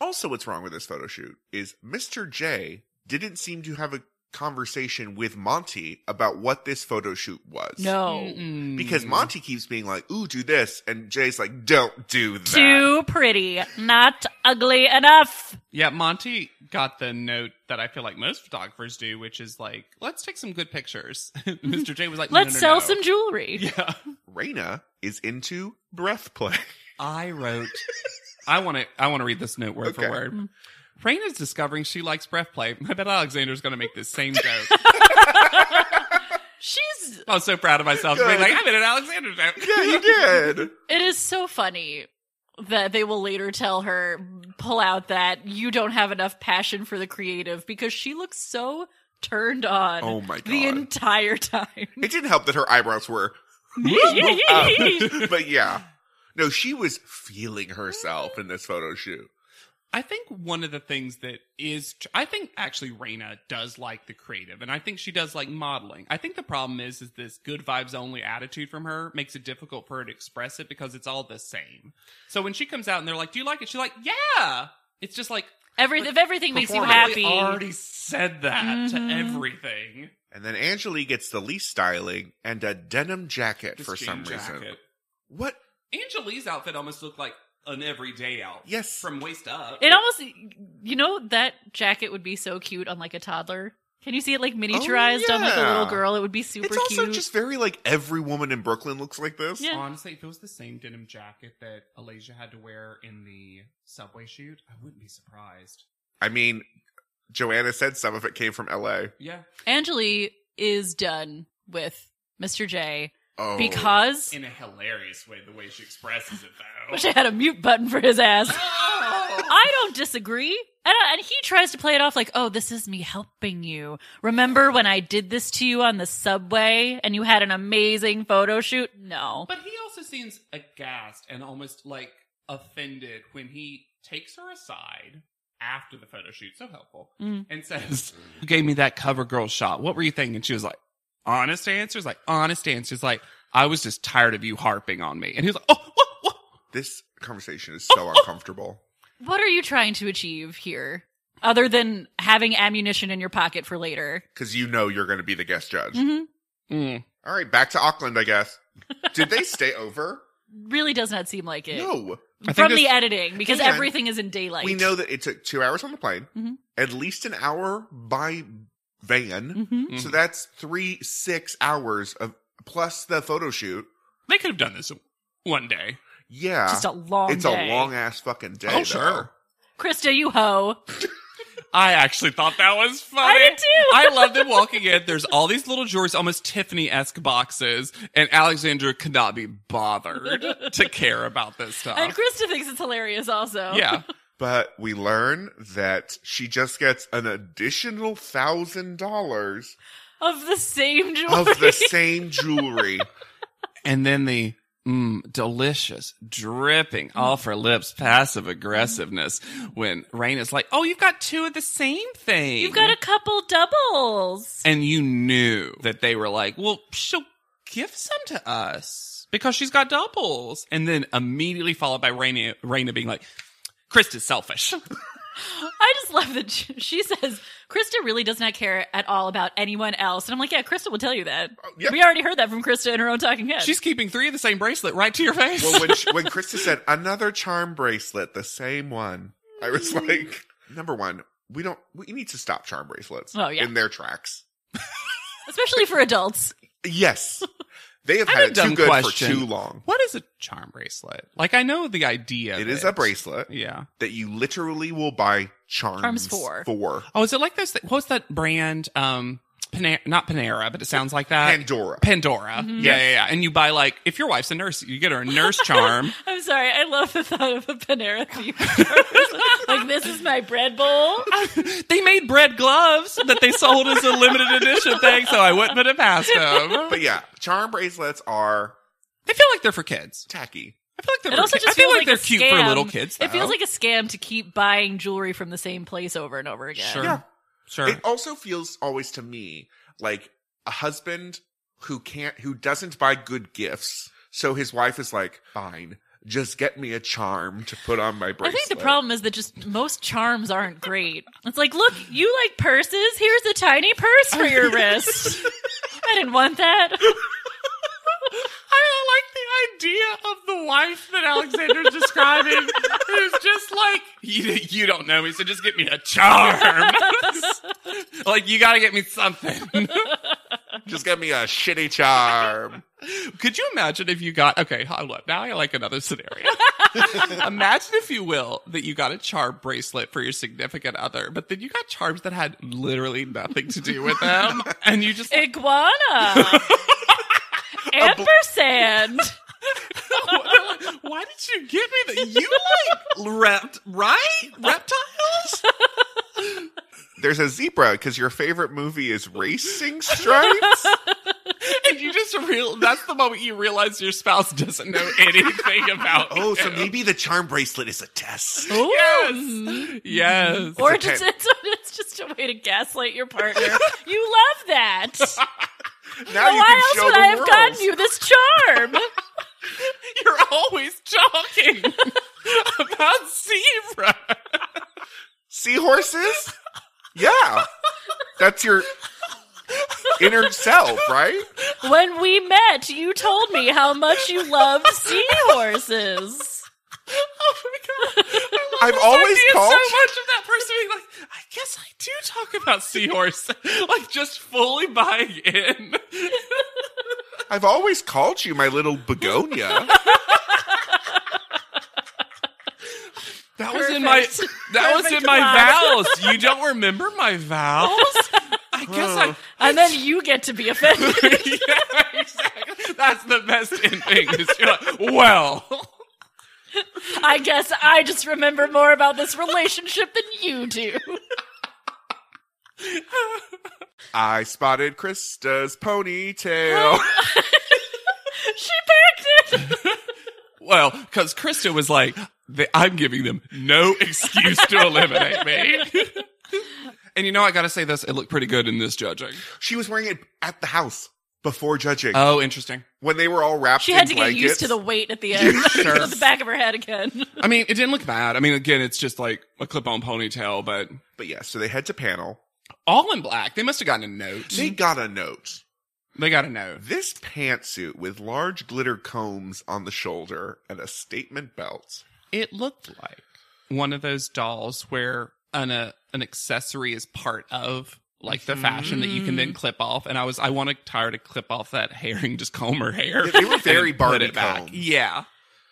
Also, what's wrong with this photo shoot is Mr. J didn't seem to have a conversation with Monty about what this photo shoot was. No. Mm-mm. Because Monty keeps being like, ooh, do this. And Jay's like, don't do that. Too pretty, not ugly enough. Yeah, Monty got the note that I feel like most photographers do, which is like, let's take some good pictures. Mr. J was like, "No, Let's no, sell no." some jewelry. Yeah. Raina is into breath play. I wrote. I want to. I want to read this note word Okay. for Mm. word. Raina's discovering she likes breath play. I bet Alexander's going to make this same joke. She's. I was so proud of myself. for being Good. like I made an Alexander joke. yeah, you did. It is so funny that they will later tell her, pull out that you don't have enough passion for the creative because she looks so turned on Oh my god. the entire time. it didn't help that her eyebrows were but yeah. No, she was feeling herself in this photo shoot. I think one of the things that is, tr- I think actually Raina does like the creative, and I think she does like modeling. I think the problem is, is this good vibes only attitude from her makes it difficult for her to express it because it's all the same. So when she comes out and they're like, "Do you like it?" She's like, "Yeah." It's just like Every, if everything makes you Performative. literally happy. Already said that Mhm. to everything. And then Angelique gets the least styling and a denim jacket This for some jean reason. jacket. What? Angelie's outfit almost looked like an everyday outfit Yes. from waist up. It almost, you know, that jacket would be so cute on like a toddler. Can you see it like miniaturized on like a Oh, yeah. little girl? It would be super it's also cute. just very like every woman in Brooklyn looks like this. Yeah. Honestly, if it was the same denim jacket that Alasia had to wear in the subway shoot, I wouldn't be surprised. I mean, Joanna said some of it came from LA. Yeah. Angeli is done with Mr. J Oh. because In a hilarious way, the way she expresses it, though. wish I had a mute button for his ass. Oh! I don't disagree. And, I- and he tries to play it off like, oh, this is me helping you. Remember when I did this to you on the subway and you had an amazing photo shoot? No. But he also seems aghast and almost like offended when he takes her aside after the photo shoot. So helpful. Mm. And says, You gave me that cover girl shot. What were you thinking? She was like, Honest answers? Like, honest answers. Like, I was just tired of you harping on me. And he was like, Oh, what? what? this conversation is so uncomfortable. What are you trying to achieve here other than having ammunition in your pocket for later? Because you know you're going to be the guest judge. hmm Mm. All right, back to Auckland, I guess. Did they stay over? Really does not seem like it. No. I think From this- the editing, because And everything is in daylight. We know that it took two hours on the plane, Mhm. at least an hour by van. hmm So that's three, six hours of plus the photo shoot. They could have done this one day. Yeah. Just a long it's day. a long ass fucking day. Oh, sure. Krista, you hoe. I actually thought that was I funny. did too. I love them walking in. There's all these little drawers, almost Tiffany esque boxes, and Alexandra could not be bothered to care about this and stuff. Krista thinks it's hilarious also. Yeah. But we learn that she just gets an additional thousand dollars Of the same jewelry. of the same jewelry. And then the mm, delicious, dripping Mm. off her lips passive aggressiveness when Rain is like, Oh, you've got two of the same thing. You've got a couple doubles. and you knew that they were like, well, she'll give some to us because she's got doubles. And then immediately followed by Raina, Raina being like, Krista's selfish. I just love that she she says Krista really does not care at all about anyone else. And I'm like, yeah, Krista will tell you that. Oh, yeah. We already heard that from Krista in her own talking head. she's keeping three of the same bracelet right to your face. Well, when she, when Krista said another charm bracelet, the same one, I was like, number one, we don't. We need to stop charm bracelets. Oh, yeah. in their tracks. Especially for adults. Yes, they have I have had a it dumb too good question. for too long. what is a charm bracelet? Like, I know the idea. of It is a bracelet Yeah. that you literally will buy charms, Charms for. for Oh, is it like those? Th- what's that brand? Um, Panera, not Panera, but it sounds like that. Pandora. Uh, Pandora. Mhm. Yeah, yeah, yeah. And you buy like, if your wife's a nurse, you get her a nurse charm. I'm sorry, I love the thought of a Panera thief. It's like this is my bread bowl. they made bread gloves that they sold as a limited edition thing, so I wouldn't put it past them. but yeah, charm bracelets are They feel like they're for kids. tacky. I feel like they're. It for also kids. just I feel feels like, like they're a cute for scam. little kids. It feels though. like a scam to keep buying jewelry from the same place over and over again. sure, Yeah. sure. It also feels always to me like a husband who can't, who doesn't buy good gifts. So his wife is like, fine, just get me a charm to put on my I bracelet. think the problem is that just most charms aren't great. It's like, look, you like purses. Here's a tiny purse for your wrist. I didn't want that. I like the idea of the wife that Alexander's describing, who's just like, you, you don't know me, so just get me a charm. like, you gotta get me something. Just get me a shitty charm. Could you imagine if you got, okay, hold up. Now I like another scenario. imagine, if you will, that you got a charm bracelet for your significant other, but then you got charms that had literally nothing to do with them. And you just, Iguana. Ampersand. why did you get me that? You like rept, right? Reptiles? There's a zebra because your favorite movie is Racing Stripes. And you just real that's the moment you realize your spouse doesn't know anything about oh, so you. maybe the charm bracelet is a test. Ooh. Yes. Yes. Or It's a just pen. it's, it's just a way to gaslight your partner. You love that. Now But you can why else show would the I have world. gotten you this charm? You're always talking about zebra. Seahorses? Yeah. That's your inner self, right? when we met, you told me how much you loved seahorses. Oh my god. I I've love this always idea called- so much of that person being like, I guess I do talk about seahorse. like just fully buying in. I've always called you my little begonia. That was in my Perfect. that was in Perfect my plan. vows. You don't remember my vows? I guess I And then you get to be offended. yeah, exactly. That's the best ending. Is you're like, well, I guess I just remember more about this relationship than you do. I spotted Krista's ponytail. She packed it. well, because Krista was like, "They- I'm giving them no excuse to eliminate me. and you know, I got to say this. It looked pretty good in this judging. She was wearing it at the house before judging. Oh, interesting. when they were all wrapped She in had to get blankets. used to the weight at the end. Sure. on the back of her head again. I mean, it didn't look bad. I mean, again, it's just like a clip-on ponytail, but But yeah, so they head to panel. all in black. They must have gotten a note. They got a note. they got a note. This pantsuit with large glitter combs on the shoulder and a statement belt. It looked like one of those dolls where an uh, an accessory is part of like the fashion that you can Mm. then clip off. And I was I want to tired to clip off that hair and just comb her hair. Yeah, they were very and put Barbie it back. combs. Yeah.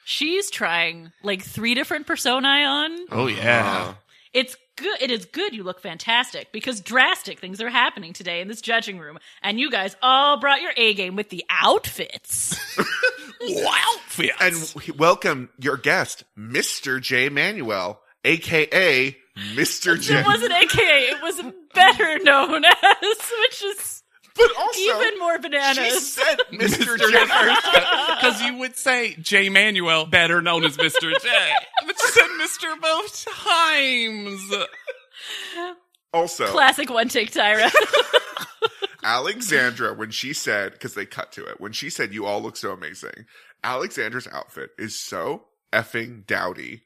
She's trying like three different personae on. Oh yeah. It's good. It is good. You look fantastic because drastic things are happening today in this judging room, and you guys all brought your A game with the outfits. outfits. Uh-huh. And w- welcome your guest, Mr. J. Manuel, aka Mr. J. It wasn't AKA. It was better known as, which is but also, even more she bananas. said Mr. J. because you would say J. Manuel, better known as Mr. J. But you said Mr. both times. Also, Classic one take Tyra. Alexandra, when she said, because they cut to it, when she said, You all look so amazing, Alexandra's outfit is so effing dowdy.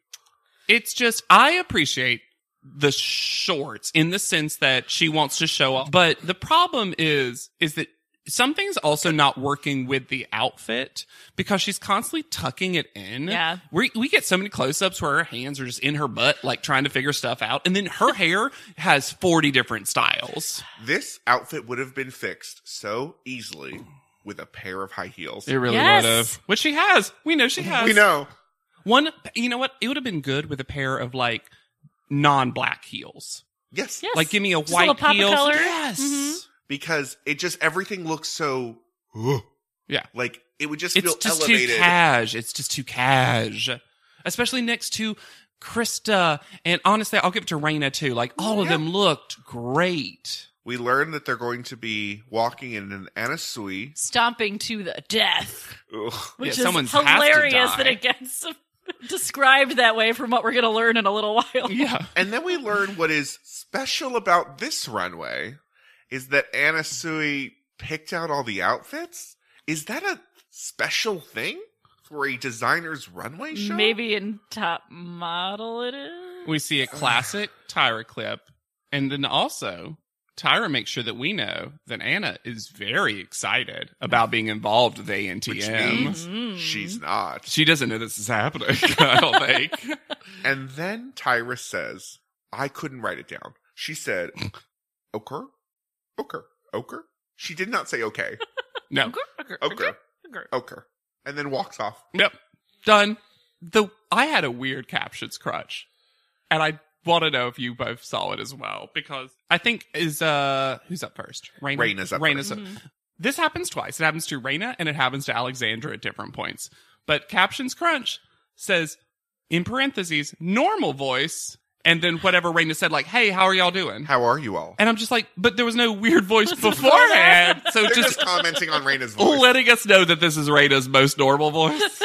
It's just I appreciate the shorts in the sense that she wants to show off. But the problem is is that something's also not working with the outfit because she's constantly tucking it in. Yeah. We we get so many close-ups where her hands are just in her butt like trying to figure stuff out and then her hair has 40 different styles. This outfit would have been fixed so easily with a pair of high heels. really Yes. would've. Which she has. We know she has. We know. One you know what? It would have been good with a pair of like non-black heels. Yes. Yes. Like give me a Just a white little pop of heel. color. Yes. Mhm. Because it just, everything looks so. "Ugh." Yeah. Like it would just It's feel just elevated. too cash. It's just too cash. Especially next to Krista. And honestly, I'll give it to Raina too. Like all of Yeah. them looked great. we learn that they're going to be walking in an anasui. Stomping to the death, Ugh. which Yeah, someone is has to hilarious die. that it gets described that way from what we're going to learn in a little while. Yeah. And then we learn what is special about this runway is that Anasui picked out all the outfits. Is that a special thing? for a designer's runway show? Maybe in top model it is. We see a classic Tyra clip. And then also, Tyra makes sure that we know that Anna is very excited about being involved with ANTM. means- Mm-hmm. She's not. She doesn't know this is happening, I don't think. And then Tyra says, I couldn't write it down. She said, Oker? Oker? Oker? She did not say okay. No. Oker. Oker. And then walks off. Nope. Done. The I had a weird captions crutch. And I want to know if you both saw it as well. Because I think is uh who's up first? Raina. Raina's up Raina's Mm-hmm. up. This happens twice. It happens to Raina and it happens to Alexandra at different points. But Captions Crunch says, in parentheses, normal voice, and then whatever Raina said, like, hey, how are y'all doing? How are you all? And I'm just like, but there was no weird voice beforehand. So They're just just commenting on Raina's voice. letting us know that this is Raina's most normal voice.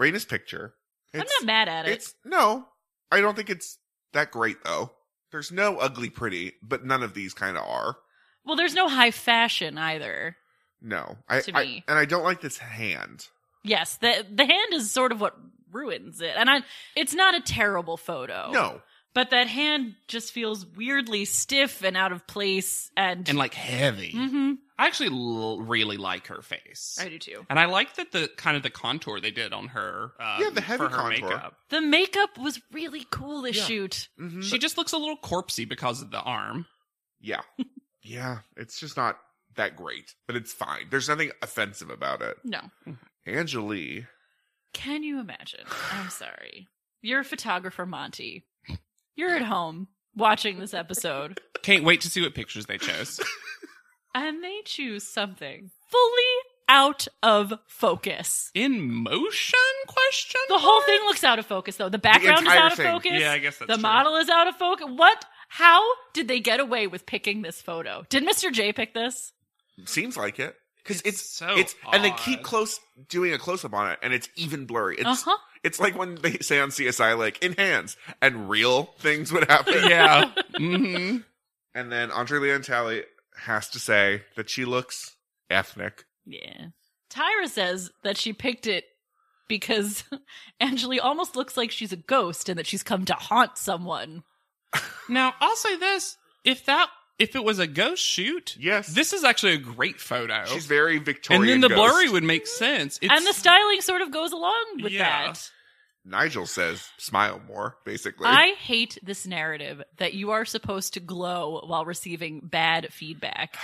Raina's picture. I'm It's, not mad at it. it's no. I don't think it's that great though. There's no ugly pretty, but none of these kind of are. Well, there's no high fashion either. No, I, To I me. and I don't like this hand. Yes, the the hand is sort of what ruins it, and I it's not a terrible photo. No, but that hand just feels weirdly stiff and out of place, and, and like heavy. hmm I actually l- really like her face. I do too. and I like that the kind of the contour they did on her. Um, Yeah, the heavy for her contour. makeup. The makeup was really cool to Yeah. shoot. Mhm. She just looks a little corpsey because of the arm. yeah, yeah. It's just not that great, but it's fine. There's nothing offensive about it. No, Angelique, can you imagine? I'm sorry. You're a photographer, Monty. You're at home watching this episode, Can't wait to see what pictures they chose. and they choose something fully out of focus. In motion? Question. The whole thing looks out of focus, though. The background is entire out of thing. focus. Yeah, I guess that's the true. model is out of focus. What? How did they get away with picking this photo? Did Mr. J pick this? seems like it because It's it's so it's and they keep odd. close doing a close up on it, and it's even blurry. It's Uh huh. it's like when they say on CSI like enhance and real things would happen. Yeah. hmm And then Andre Leontali has to say that she looks ethnic. Yeah. Tyra says that she picked it because Angeli almost looks like she's a ghost and that she's come to haunt someone. Now I'll say this: if that if it was a ghost shoot, Yes. this is actually a great photo. she's very Victorian. and then the ghost. blurry would make sense. It's, and the styling sort of goes along with Yeah. that. Nigel says, smile more, basically. I hate this narrative that you are supposed to glow while receiving bad feedback.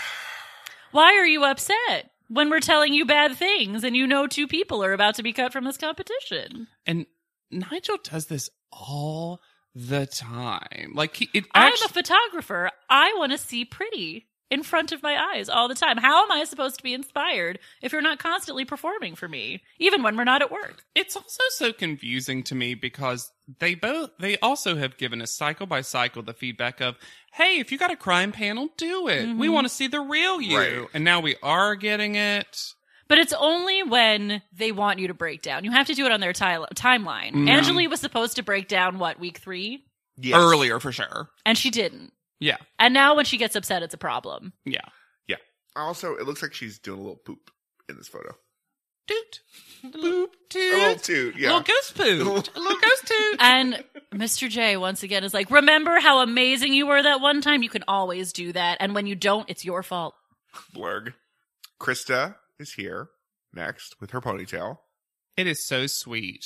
Why are you upset when we're telling you bad things and you know two people are about to be cut from this competition? And Nigel does this all the time. Like he, it I'm a actu- photographer. I want to see pretty in front of my eyes all the time. How am I supposed to be inspired if you're not constantly performing for me, even when we're not at work? it's also so confusing to me because they both they also have given us cycle by cycle the feedback of, "Hey, if you got a crime panel, do it. We Mhm. want to see the real you." Right. And now we are getting it. But it's only when they want you to break down. You have to do it on their ti- timeline. Mhm. Angeli was supposed to break down what week three, Yes. Earlier for sure. and she didn't. Yeah. And now when she gets upset, it's a problem. Yeah. Also, it looks like she's doing a little poop in this photo. Toot. Boop A little toot. toot, yeah. Little ghost poot. Little ghost toot. And Mr. J once again is like, "Remember how amazing you were that one time? You can always do that, and when you don't, it's your fault." Blurg. Krista is here next with her ponytail. It is so sweet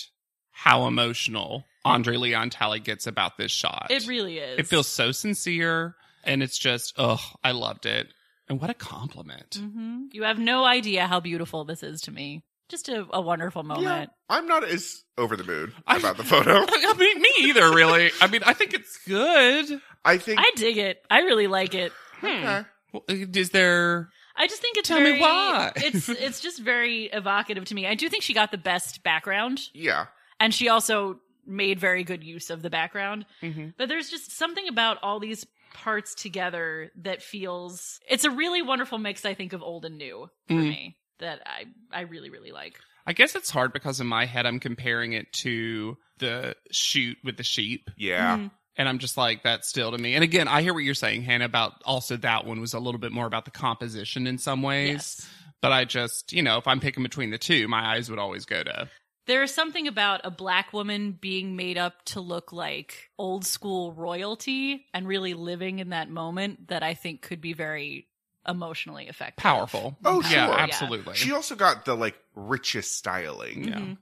how emotional Andre Leon Talley gets about this shot. It really is. It feels so sincere, and it's just, oh, I loved it. And what a compliment. hmm You have no idea how beautiful this is to me. Just a, a wonderful moment. I'm not as over the moon Oh, I- about the photo. I mean, me either, really. I mean, I think it's good. I think. I dig it. I really like it. okay. Well, Is there. I just think it's Tell me very- why. it's it's just very evocative to me. I do think she got the best background, Yeah. and she also made very good use of the background. Mm-hmm. But there's just something about all these parts together that feels it's a really wonderful mix. I think of old and new for Mm. me that I I really really like. I guess it's hard because in my head, I'm comparing it to the shoot with the sheep. Yeah. Mhm. And I'm just like, that's still to me. And again, I hear what you're saying, Hannah, about also that one was a little bit more about the composition in some ways. Yes. But I just, you know, if I'm picking between the two, my eyes would always go to There is something about a black woman being made up to look like old school royalty and really living in that moment that I think could be very emotionally effective. Powerful. Oh, Yeah, sure. Yeah. absolutely. She also got the like richest styling. Yeah. Mhm.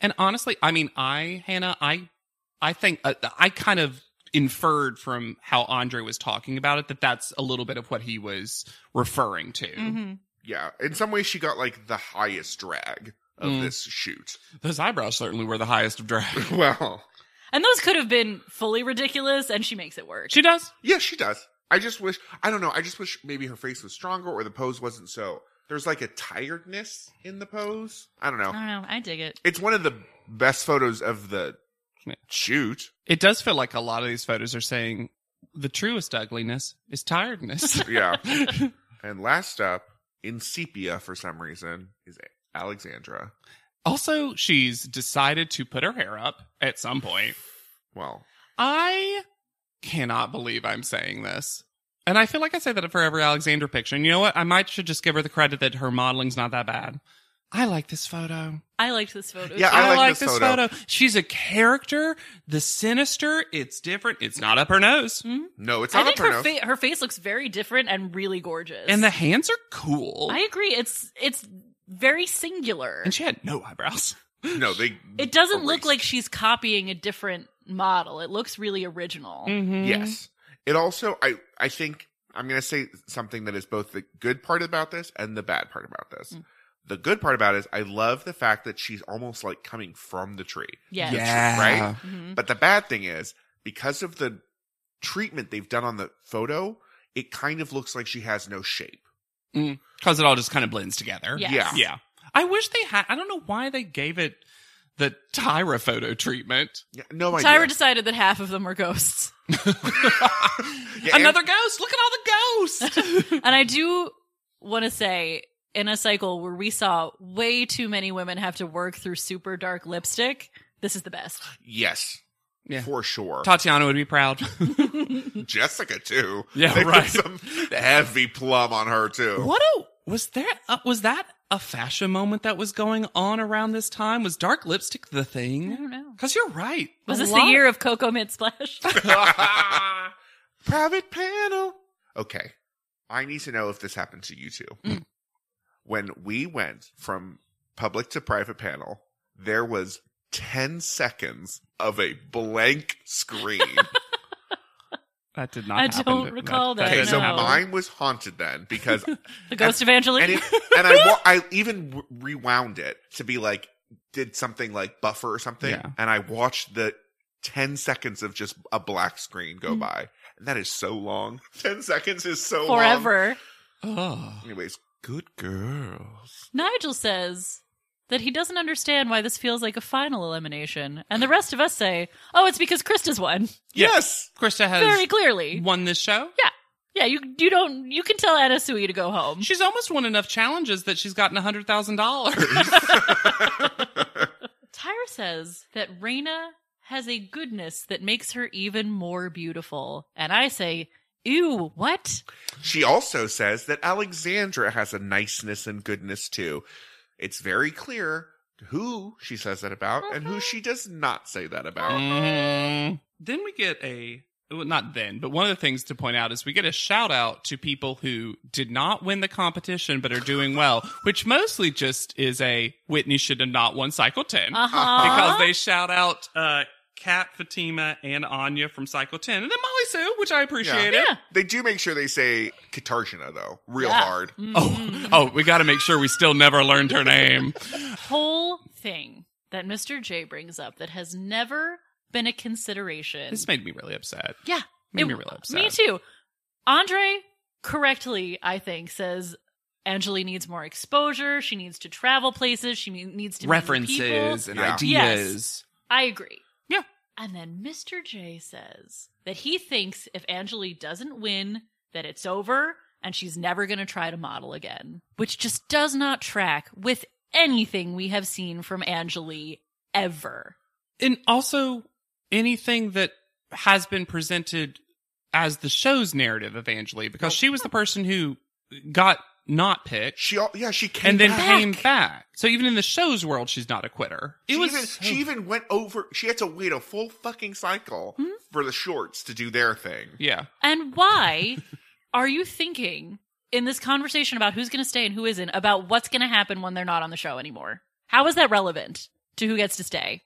And honestly, I mean, I Hannah, I, I think uh, I kind of inferred from how Andre was talking about it that that's a little bit of what he was referring to. Mhm. Yeah. In some ways, she got like the highest drag of Mm. this shoot. Those eyebrows certainly were the highest of drag. well, And those could have been fully ridiculous, and she makes it work. she does. yeah, she does. I just wish, I don't know, I just wish maybe her face was stronger or the pose wasn't so. There's like a tiredness in the pose. I don't I know. don't know. I dig it. It's one of the best photos of the Yeah. shoot. It does feel like a lot of these photos are saying the truest ugliness is tiredness. Yeah. and last up, in sepia for some reason, is Alexandra. also, she's decided to put her hair up at some point. Well, I cannot believe I'm saying this. And I feel like I say that for every Alexander picture. And you know what? I might should just give her the credit that her modeling's not that bad. I like this photo. I liked this photo. Yeah, too. I like this photo. She's a character, the sinister. It's different. It's not up her nose. no, it's I not think up her her, nose. fa- her face looks very different and really gorgeous. And the hands are cool. I agree. It's it's very singular. and she had no eyebrows. no, they. It doesn't look erased. like she's copying a different model. It looks really original. Mm-hmm. Yes. It also, I, I think I'm going to say something that is both the good part about this and the bad part about this. Mm. The good part about it is I love the fact that she's almost like coming from the tree. Yes. Yeah. Right? Mhm. But the bad thing is because of the treatment they've done on the photo, it kind of looks like she has no shape. Because it all just kind of blends together. Yes. Yeah. Yeah. I wish they had. I don't know why they gave it the Tyra photo treatment. Yeah, no Tyra idea. decided that half of them were ghosts. and- Another ghost. Look at all the ghosts. And I do want to say, in a cycle where we saw way too many women have to work through super dark lipstick, this is the best. yes. Yeah. For sure. Tatiana would be proud. Jessica, too. Yeah, They put right. Some heavy plum on her, too. what a was there uh, was that a fashion moment that was going on around this time? Was dark lipstick the I thing? don't know. Because you're right. Was A this lot- the year of Coco Mint Splash? Private panel. Okay. I need to know if this happened to you two. Mm. When we went from public to private panel, there was 10 seconds of a blank screen. That did not. I happen don't to- recall that, okay, didn't so no. happen. mine was haunted then because the Ghost of Evangeline? and it, and I wa- I even w- rewound it to be like did something like buffer or something Yeah. and I watched the 10 seconds of just a black screen go Mm. by. And that is so long. 10 seconds is so long. Forever. Ugh. Anyways, good girls. Nigel says that he doesn't understand why this feels like a final elimination. And the rest of us say, oh, it's because Krista's won. Yes. Krista has Very clearly. won this show. Yeah, you you don't you can tell Anna Sui to go home. She's almost won enough challenges that she's gotten hundred thousand dollars. Tyra says that Raina has a goodness that makes her even more beautiful. And I say, ew, what? she also says that Alexandra has a niceness and goodness too. It's very clear who she says that about and Mm-hmm. who she does not say that Mm. about. Then we get a well, not then, but one of the things to point out is we get a shout out to people who did not win the competition but are doing well, which mostly just is a Whitney should have not won Cycle 10 Uh-huh. because they shout out uh, Kat, Fatima, and Anya from Cycle 10, and then Molly Sue, which I appreciated. Yeah. They do make sure they say Katarshina though, real Yeah. hard. Mm-hmm. Oh, oh, we got to make sure we still never learned her name. Whole thing that Mr. J brings up that has never been a consideration. this made me really upset. Yeah. Made It- me really upset. Me too. Andre correctly, I think, says Angelie needs more exposure. She needs to travel places. She ne- needs to meet people. References and Yeah. ideas. I agree. Yeah. And then Mr. J says that he thinks if Angelie doesn't win, that it's over and she's never going to try to model again, which just does not track with anything we have seen from Angelie ever. and also anything that has been presented as the show's narrative of Angeli, because she was the person who got not picked She all, yeah, she came and then back. came back. So even in the show's world, she's not a quitter. It she was even, so- she even went over. She had to wait a full fucking cycle Hmm? Mhm. for the shorts to do their thing. yeah. And why are you thinking in this conversation about who's going to stay and who isn't about what's going to happen when they're not on the show anymore? How is that relevant to who gets to stay?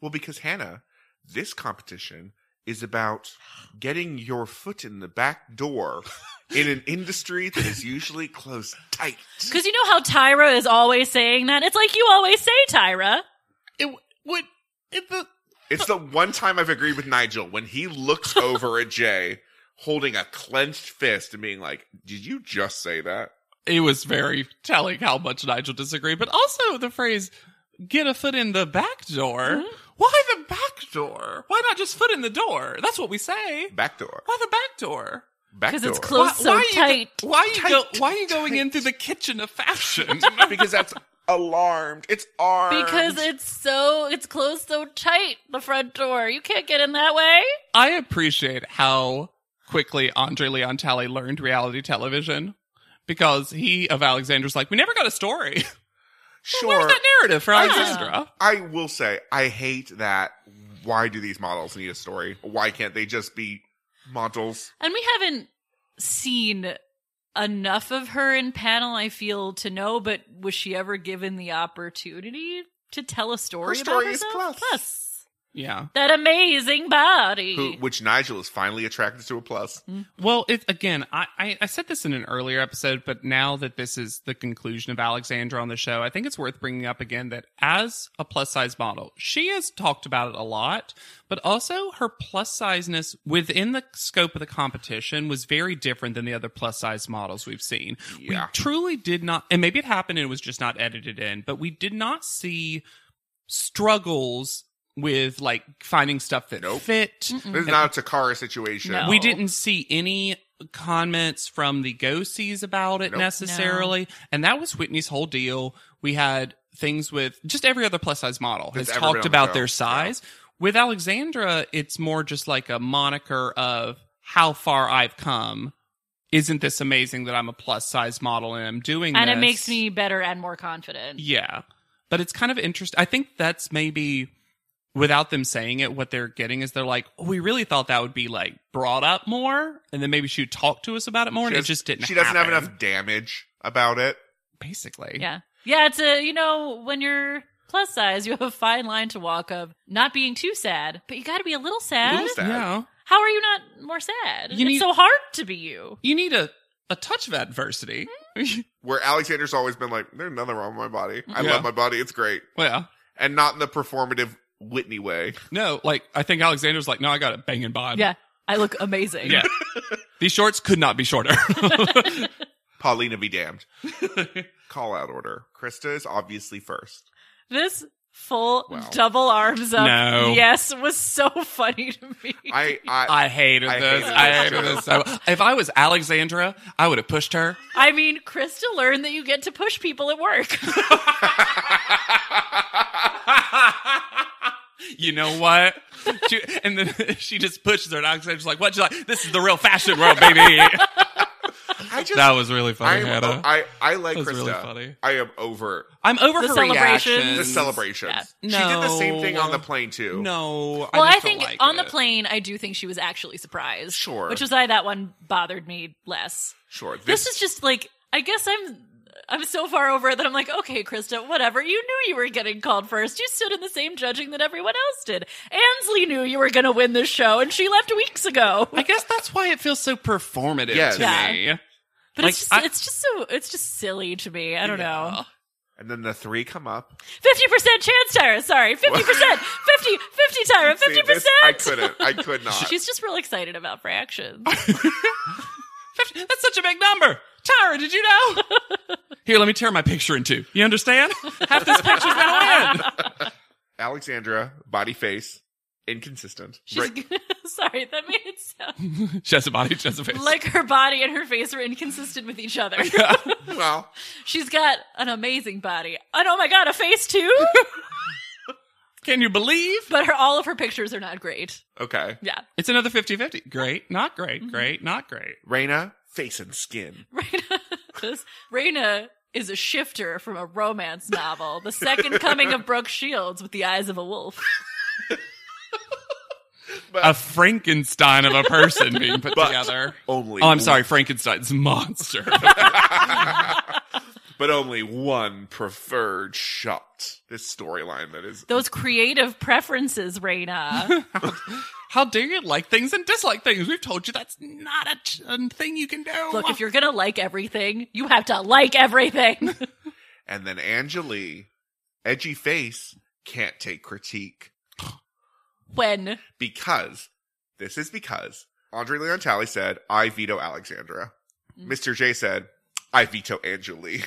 Well, because Hannah, this competition is about getting your foot in the back door in an industry that is usually closed tight. Because you know how Tyra is always saying that? It's like you always say, Tyra. It would. It, the, It's the one time I've agreed with Nigel when he looks over at Jay holding a clenched fist and being like, "Did you just say that?" it was very telling how much Nigel disagreed, but also the phrase "get a foot in the back door." Mm-hmm. Mhm. Why the back door? Why not just foot in the door? That's what we say. Back door. Why the back door? Back Because it's door. closed so are you go- tight. why you go? Tight, Why are you going tight. in through the kitchen of fashion? because that's alarmed. It's armed. Because it's so, it's closed so tight, the front door. You can't get in that way. I appreciate how quickly Andre Leon Talley learned reality television because he of Alexander's like, we never got a story. sure. Where's that narrative for I just- Alexandra? I will say, I hate that. Why do these models need a story? Why can't they just be models? And we haven't seen enough of her in panel, I feel, to know, but was she ever given the opportunity to tell a story Her story about is herself? Plus. Yeah. That amazing body. Who, which Nigel is finally attracted to a plus. Well, it again, I, I, I said this in an earlier episode, but now that this is the conclusion of Alexandra on the show, I think it's worth bringing up again that as a plus size model, she has talked about it a lot, but also her plus sizeness within the scope of the competition was very different than the other plus size models we've seen. Yeah. We truly did not, and maybe it happened and it was just not edited in, but we did not see struggles with like finding stuff that Nope. fit. Mm-mm. This is not a Takara situation. No. We didn't see any comments from the ghosties about it Nope. necessarily. And that was Whitney's whole deal. We had things with just every other plus size model That's has ever been on talked the about show. their size. With Alexandra, it's more just like a moniker of how far I've come. Isn't this amazing that I'm a plus size model and I'm doing and this? it makes me better and more confident. Yeah. But it's kind of interesting. I think that's maybe without them saying it, what they're getting is they're like, oh, we really thought that would be like brought up more. And then maybe she would talk to us about it more. She and has- it just didn't She doesn't happen, have enough damage about it. Basically. Yeah. Yeah, it's a, you know, when you're plus size, you have a fine line to walk of not being too sad, but you got to be a little sad. Little sad. Yeah. How are you not more sad? You need- it's so hard to be you. You need a, a touch of adversity. Mm-hmm. Where Alexander's always been like, there's nothing wrong with my body. I Yeah. love my body. It's great. well, And not in the performative Whitney way. no, like I think Alexander's like, no, I got a banging bod. Yeah. I look amazing. Yeah. These shorts could not be shorter. Paulina be damned. Call out order. Krista is obviously first. This full Wow. double arms up No. yes was so funny to me. I, I, I hated I this. hated I this hated too. this. So, if I was Alexandra, I would have pushed her. I mean, Krista learned that you get to push people at work. you know what? She- and then she just pushes her, and Alexander's like, "What?" She's like, "This is the real fashion world, baby." I just, that was really I, funny, am- Hannah. I, I like that was Krista. really funny. I am over I'm over The her celebrations. reactions. the celebrations. Yeah. She did the same No. thing on the plane too. No, well, I, I, just don't think like on the it. plane, I do think she was actually surprised. Sure. Which was why that one bothered me less. Sure. This, is just like, I guess I'm. I'm so far over it that I'm like, okay, Krista, whatever. You knew you were getting called first. You stood in the same judging that everyone else did. Ansley knew you were going to win this show, and she left weeks ago. I guess that's why it feels so performative Yes. to Yeah. me. But Like, it's just I- it's just so it's just silly to me. I don't know. and then the three come up. Fifty percent chance, Tyra. Sorry, fifty percent, 50, 50 Tyra, See, fifty this- I percent. couldn't. I could not. She's just real excited about fractions. Fifty- That's such a big number. Tyra, did you know? Here, let me tear my picture in two. You understand? Half this picture's gonna win. Alexandra, body face, inconsistent. She's Right. sorry. That made it sound She has a body, she has a face. like her body and her face are inconsistent with each other. well, She's got an amazing body. And oh my god, a face too. Can you believe? But her all of her pictures are not great. okay. Yeah, It's Mm-hmm. another 50 50. Great, not great, great, not great. Raina, face and skin. right. about this. Raina is a shifter from a romance novel, The Second Coming of Brooke Shields with the Eyes of a Wolf. But a Frankenstein of a person being put But- together. only. Oh, I'm sorry, Frankenstein's monster. but only one preferred shot. This storyline that is Those creative preferences, Raina. How dare you like things and dislike things? We've told you that's not a, ch- a thing you can do. Look, if you're gonna like everything, you have to like everything. And then Angeli, edgy face, can't take critique when because this is because Andre Leon Talley said, I veto Alexandra. Mm. Mr. J said, I veto Angeli.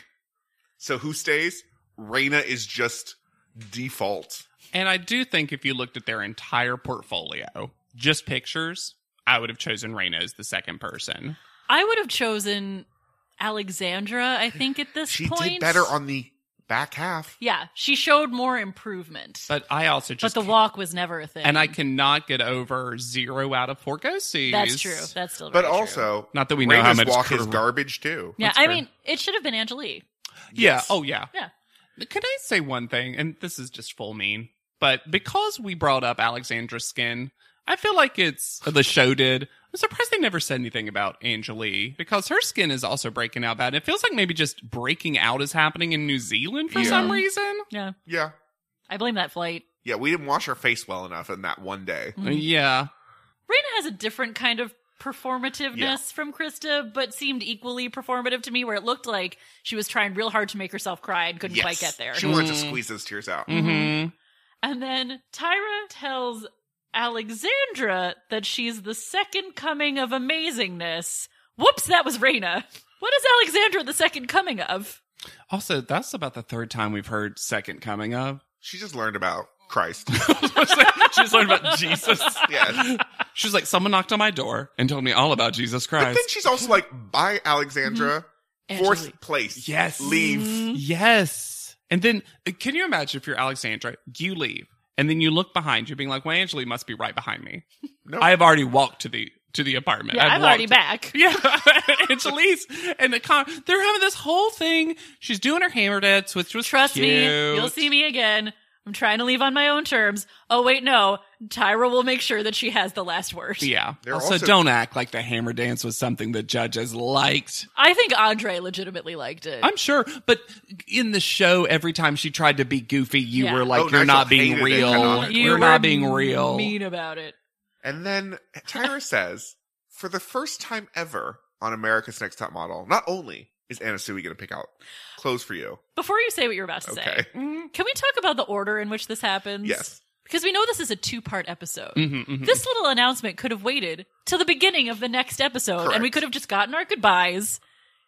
So who stays? Reina is just default. and I do think if you looked at their entire portfolio, just pictures, I would have chosen Raina as the second person. I would have chosen Alexandra, I think at this She point. did better on the back half. Yeah, she showed more improvement. But, But I also just the walk was never a thing. and I cannot get over zero out of four ghosties. That's true. That's still But very true. also, Not that we know how Reina's much walk cur- is garbage too. Yeah, that's I fair. mean, it should have been Angelique. Yeah. Yes. Oh, yeah. Yeah. Can I say one thing? And this is just full mean, but because we brought up Alexandra's skin, I feel like it's the show did. I'm surprised they never said anything about Angelie because her skin is also breaking out bad. It feels like maybe just breaking out is happening in New Zealand for Yeah. some reason. Yeah. Yeah. I blame that flight. Yeah, we didn't wash our face well enough in that one day. Mm. Yeah. Raina has a different kind of performativeness from Krista, but seemed equally performative to me, where it looked like she was trying real hard to make herself cry and couldn't Yes. quite get there. She wanted to Mm. squeeze those tears out. hmm Mm-hmm. And then Tyra tells Alexandra that she's the second coming of amazingness. Whoops, that was Raina. What is Alexandra the second coming of? Also, that's about the third time we've heard second coming of. She just learned about Christ. She's learned about Jesus. Yes. She was like, someone knocked on my door and told me all about Jesus But Christ. then she's also like, bye, Alexandra. Fourth Angelique. place. Yes. Mm. Leave. Mhm. Yes. And then uh, can you imagine if you're Alexandra, you leave, and then you look behind you, being like, "Well, Angela must be right behind me. No. I have already walked to the to the apartment. Yeah, I've I'm already walked- back. Yeah, Angelise and the con- they're having this whole thing. She's doing her hammer dance, which was Trust me, cute. you'll see me again. I'm trying to leave on my own terms. Oh wait, no. Tyra will make sure that she has the last word. Yeah. They're also, also- don't act like the hammer dance was something the judges liked. I think Andre legitimately liked it. I'm sure, but in the show, every time she tried to be goofy, you Yeah. were like, Oh, "You're Nigel not being hated it, real. canonically. you You're were not being real." Mean about it. And then Tyra says, for the first time ever on America's Next Top Model, not only is Anna Sui going to pick out clothes for you. Before you say what you're about to Okay. say, Mm-hmm. can we talk about the order in which this happens? Yes. Because we know this is a two part episode. Mhm, mhm. This little announcement could have waited till the beginning of the next episode, and we Correct. could have just gotten our goodbyes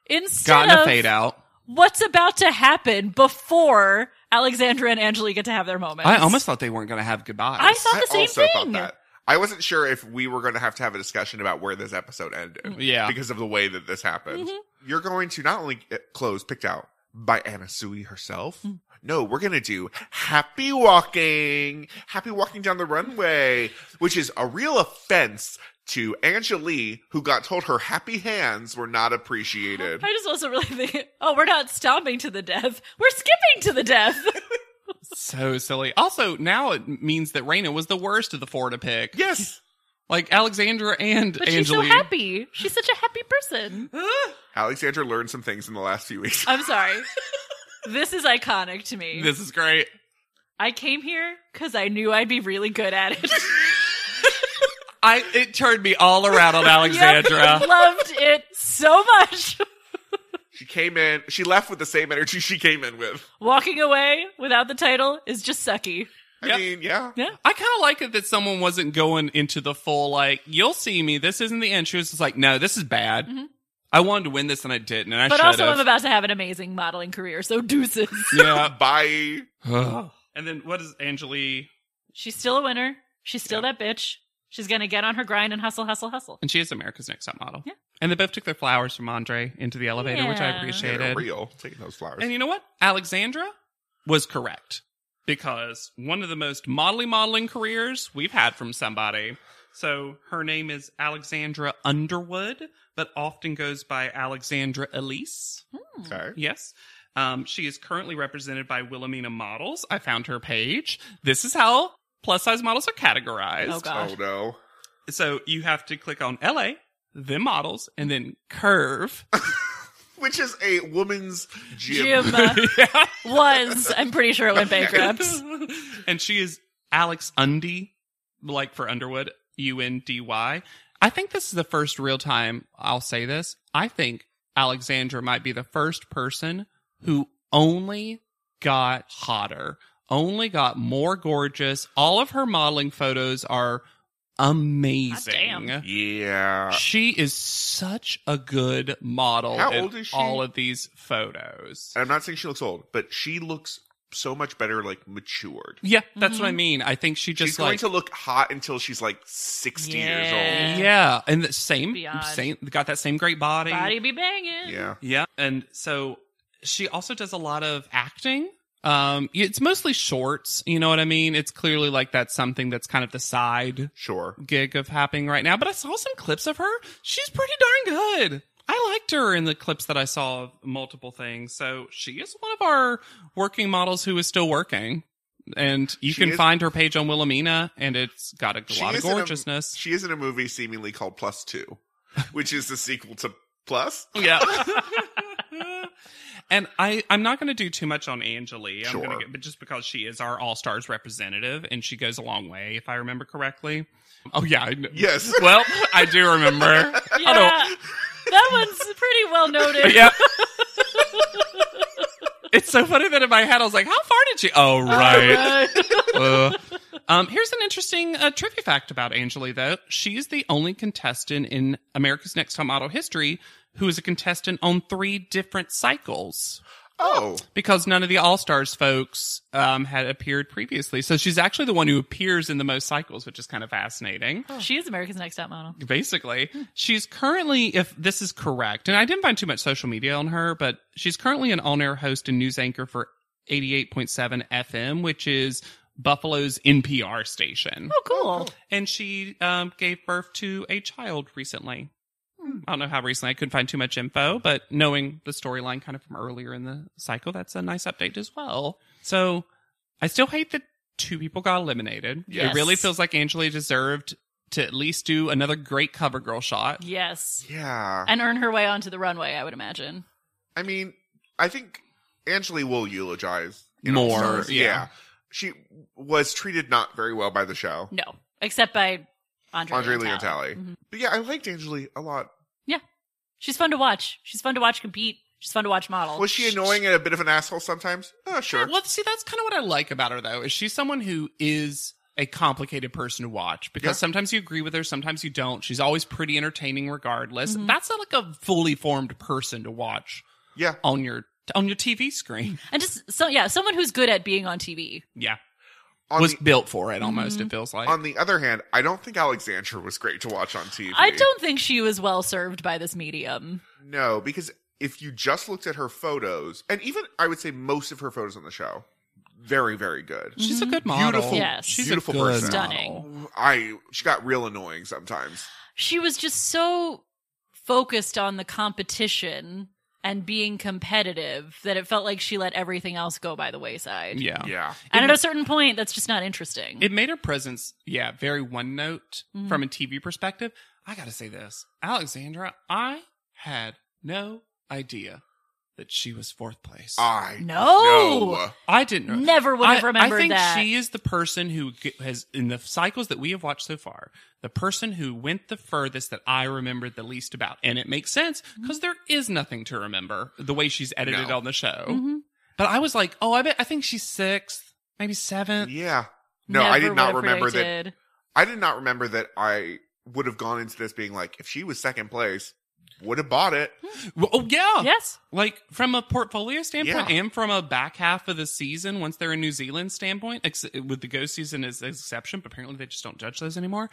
instead gotten a of fade out. what's about to happen before Alexandra and Angelique get to have their moment. I almost thought they weren't going to have goodbyes. I thought I the same also thing. thought that. I wasn't sure if we were going to have to have a discussion about where this episode Mm-hmm. ended yeah, because of the way that this happened. Mhm. You're going to not only get clothes picked out by Anna Sui herself. Mm. No, we're going to do happy walking, happy walking down the runway, which is a real offense to Angelique, who got told her happy hands were not appreciated. I just also really think, oh, we're not stomping to the death. We're skipping to the death. so silly. Also, now it means that Raina was the worst of the four to pick. Yes. Like Alexandra and But she's so Angelique. happy. She's such a happy person. Alexandra learned some things in the last few weeks. I'm sorry. this is iconic to me. this is great. I came here because I knew I'd be really good at it. I it turned me all around on Alexandra. Yep, loved it so much. She came in, she left with the same energy she came in with. Walking away without the title is just sucky. I Yep. mean, yeah. I kind of like it that someone wasn't going into the full like you'll see me. This isn't the end. She was just like, no, this is bad. Mhm. I wanted to win this and I didn't, and I but should also, have. I'm about to have an amazing modeling career, so deuces. yeah. Bye. and then what is Angelique? She's still a winner. She's still that bitch. She's gonna get on her grind and hustle, hustle, hustle. And she is America's Next Top Model. Yeah. And they both took their flowers from Andre into the elevator, which I Yeah. They're appreciated. real. Taking those flowers. And you know what? Alexandra was correct because one of the most modelly modeling careers we've had from somebody. So her name is Alexandra Underwood, but often goes by Alexandra Elise. Okay. Yes. Um, she is currently represented by Wilhelmina Models. I found her page. This is how plus size models are categorized. Oh, God. Oh Gosh. no. So you have to click on LA, then models, and then curve. Which is a woman's gym. Jim uh, Yeah. was. I'm pretty sure it went bankrupt. and she is Alex Undy, like for Underwood, U N D Y. I think this is the first real time I'll say this. I think Alexandra might be the first person who only got hotter, only got more gorgeous. All of her modeling photos are amazing. damn. Yeah. She is such a good model How in old is she? Uh, all of these photos. And I'm not saying she looks old, but she looks so much better, like matured. Yeah, that's what I mean. I think she just she's like going to look hot until she's like 60 years Yeah. Yeah, and the same, Beyond. same, got that same great body. Body be banging. old. Yeah. Yeah, and so she also does a lot of acting. Um, it's mostly shorts. You know what I mean? It's clearly like that's something that's kind of the side Sure. gig of happening right now. But I saw some clips of her. She's pretty darn good. I liked her in the clips that I saw of multiple things. So she is one of our working models who is still working. And you She can is- find her page on Wilhelmina, and it's got a She lot of is in a- gorgeousness. She is in a movie seemingly called Plus Two, which is the sequel to Plus. Yeah. and I, I'm not going to do too much on Angelie. I'm Sure. gonna get, but just because she is our All Stars representative and she goes a long way, if I remember correctly. Oh yeah, I know. Yes. Well, I do remember. I don't. Yeah. that one's pretty well noted. Yeah. it's so funny that in my head I was like, "How far did she?" Oh right. Uh, um, here's an interesting uh, trivia fact about Angeli, though. She is the only contestant in America's Next Top Model history who is a contestant on three different cycles Oh. because none of the All Stars folks um, had appeared previously. So she's actually the one who appears in the most cycles, which is kind of fascinating. She is America's Next Top Model. Basically, she's currently, if this is correct, and I didn't find too much social media on her, but she's currently an on air host and news anchor for 88.7 FM, which is Buffalo's NPR station. Oh, cool. And she um, gave birth to a child recently. I don't know how recently. I couldn't find too much info, but knowing the storyline kind of from earlier in the cycle, that's a nice update as well. So I still hate that two people got eliminated. Yes. It really feels like Angela deserved to at least do another great cover girl shot. Yes. Yeah. And earn her way onto the runway, I would imagine. I mean, I think Angeli will eulogize in More, All-Stars. yeah. She was treated not very well by the show. No, except by Andre, Andre Leontali. Leontali. Mhm. But yeah, I liked Angeli a lot. She's fun to watch. She's fun to watch compete. She's fun to watch model. Was she annoying and a bit of an asshole sometimes? Oh, sure. Well, see, that's kind of what I like about her, though, is she's someone who is a complicated person to watch because Yeah. sometimes you agree with her, sometimes you don't. She's always pretty entertaining, regardless. Mm-hmm. That's not like a fully formed person to watch Yeah. on your on your TV screen. and just so yeah, someone who's good at being on TV. Yeah, On was the, Mm-hmm. built for it almost. It feels like. on the other hand, I don't think Alexandra was great to watch on TV. I don't think she was well served by this medium. No, because if you just looked at her photos, and even I would say most of her photos on the show, very, very good. she's a good model. Beautiful- Yes. she's beautiful a good person. Stunning. model. I she got real annoying sometimes. She was just so focused on the competition and being competitive that it felt like she let everything else go by the wayside. Yeah. Yeah. And at a certain point, that's just not interesting. It made her presence, yeah, very one note Mhm. from a TV perspective. I gotta say this, Alexandra, I had no idea that she was fourth place. I uh, No. I didn't know. Never would have I- remembered I think that. she is the person who g- has, in the cycles that we have watched so far, the person who went the furthest that I remembered the least about, and it makes sense Mm-hmm. because is nothing to remember the way she's edited No. on the show. Mhm. But I was like, oh, I bet I think she's sixth, maybe seventh. Yeah. No, Never I did not would've remember that. predicted. I did not remember that I would have gone into this being like, if she was second place, would have bought it. Well, Oh yeah, Yes. Like from a portfolio standpoint Yeah. and from a back half of the season, once they're in New Zealand standpoint, ex- with the ghost season as an exception, but apparently they just don't judge those anymore.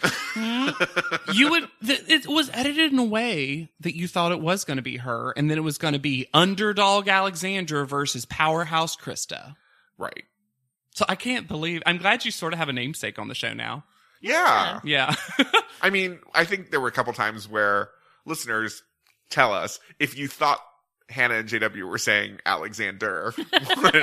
you would, th- it was edited in a way that you thought it was going to be her, and then it was going to be underdog Alexandra versus powerhouse Krista. Right. So I can't believe. I'm glad you sort of have a namesake on the show now. Yeah. Yeah. I mean, I think there were a couple times where listeners tell us if you thought Hannah and JW were saying Alexander. wanted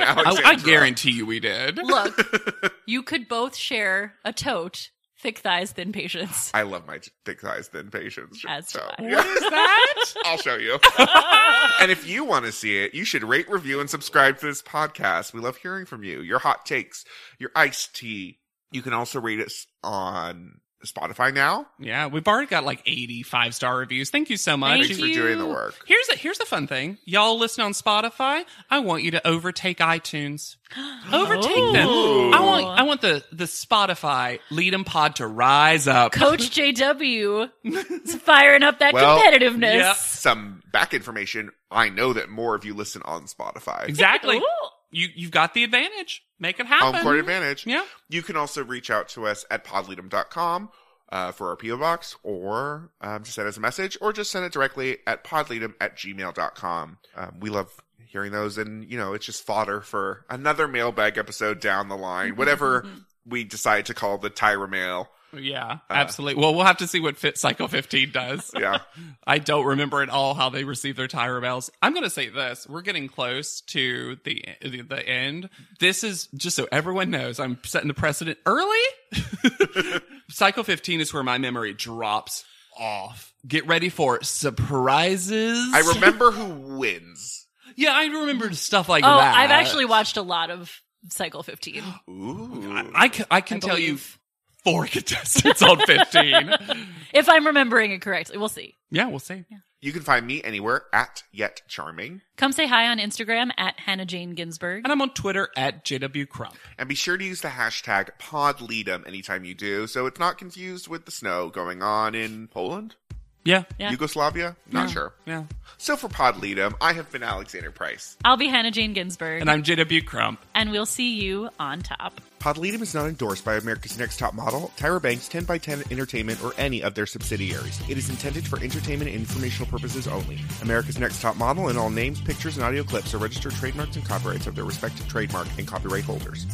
I, I Alexandra. guarantee you we did. Look, you could both share a tote, thick thighs, thin patience. I love my thick thighs, thin patience. As do I. yeah, is that? I'll show you. and if you want to see it, you should rate, review, and subscribe to this podcast. We love hearing from you. Your hot takes, your iced tea. You can also rate us on Spotify now. Yeah, we've already got like 85 star reviews. Thank you so much. Thank Thanks for doing the work. Here's a, here's a fun thing. Y'all listen on Spotify. I want you to overtake iTunes. Overtake them. Oh. Ooh. I want I want the the Spotify lead 'em pod to rise up. Coach JW is firing up that Well, competitiveness. Some back information. I know that more of you listen on Spotify. Exactly. Ooh. You you've got the advantage. Make it Home happen. court advantage. Yeah. You can also reach out to us at podleadum.com uh, for our PO box, or um, just send us a message, or just send it directly at podleadum at gmail.com. Um, we love hearing those, and you know, it's just fodder for another mailbag episode down the line, Mm-hmm, whatever we decide to call the Tyra mail. Yeah, absolutely. Well, we'll have to see what Fit Cycle 15 does. Uh. Yeah, I don't remember at all how they receive their Tyra bells. I'm going to say this: we're getting close to the, the the end. This is just so everyone knows. I'm setting the precedent early. Cycle 15 is where my memory drops off. Get ready for surprises. I remember who wins. yeah, I remembered stuff like oh, that. I've actually watched a lot of Cycle 15. Ooh, Oh I, I can, I can I tell believe. you four contestants on 15. If I'm remembering it correctly, we'll see. yeah, we'll see. you can find me anywhere at yet charming, Come say hi on Instagram at Hannah Jane Ginsburg. And I'm on Twitter at JW Crump. and be sure to use the hashtag podleadum anytime you do, so it's not confused with the snow going on in Poland. Yeah. Yeah. Yugoslavia? Not sure. Yeah. So for Pod Leadum, I have been Alexander Price. I'll be Hannah Jane Ginsburg, And I'm JW Crump. and we'll see you on top. Pod Leadum is not endorsed by America's Next Top Model, Tyra Banks, 10x10 Entertainment, or any of their subsidiaries. It is intended for entertainment and informational purposes only. America's Next Top Model and all names, pictures, and audio clips are registered trademarks and copyrights of their respective trademark and copyright holders.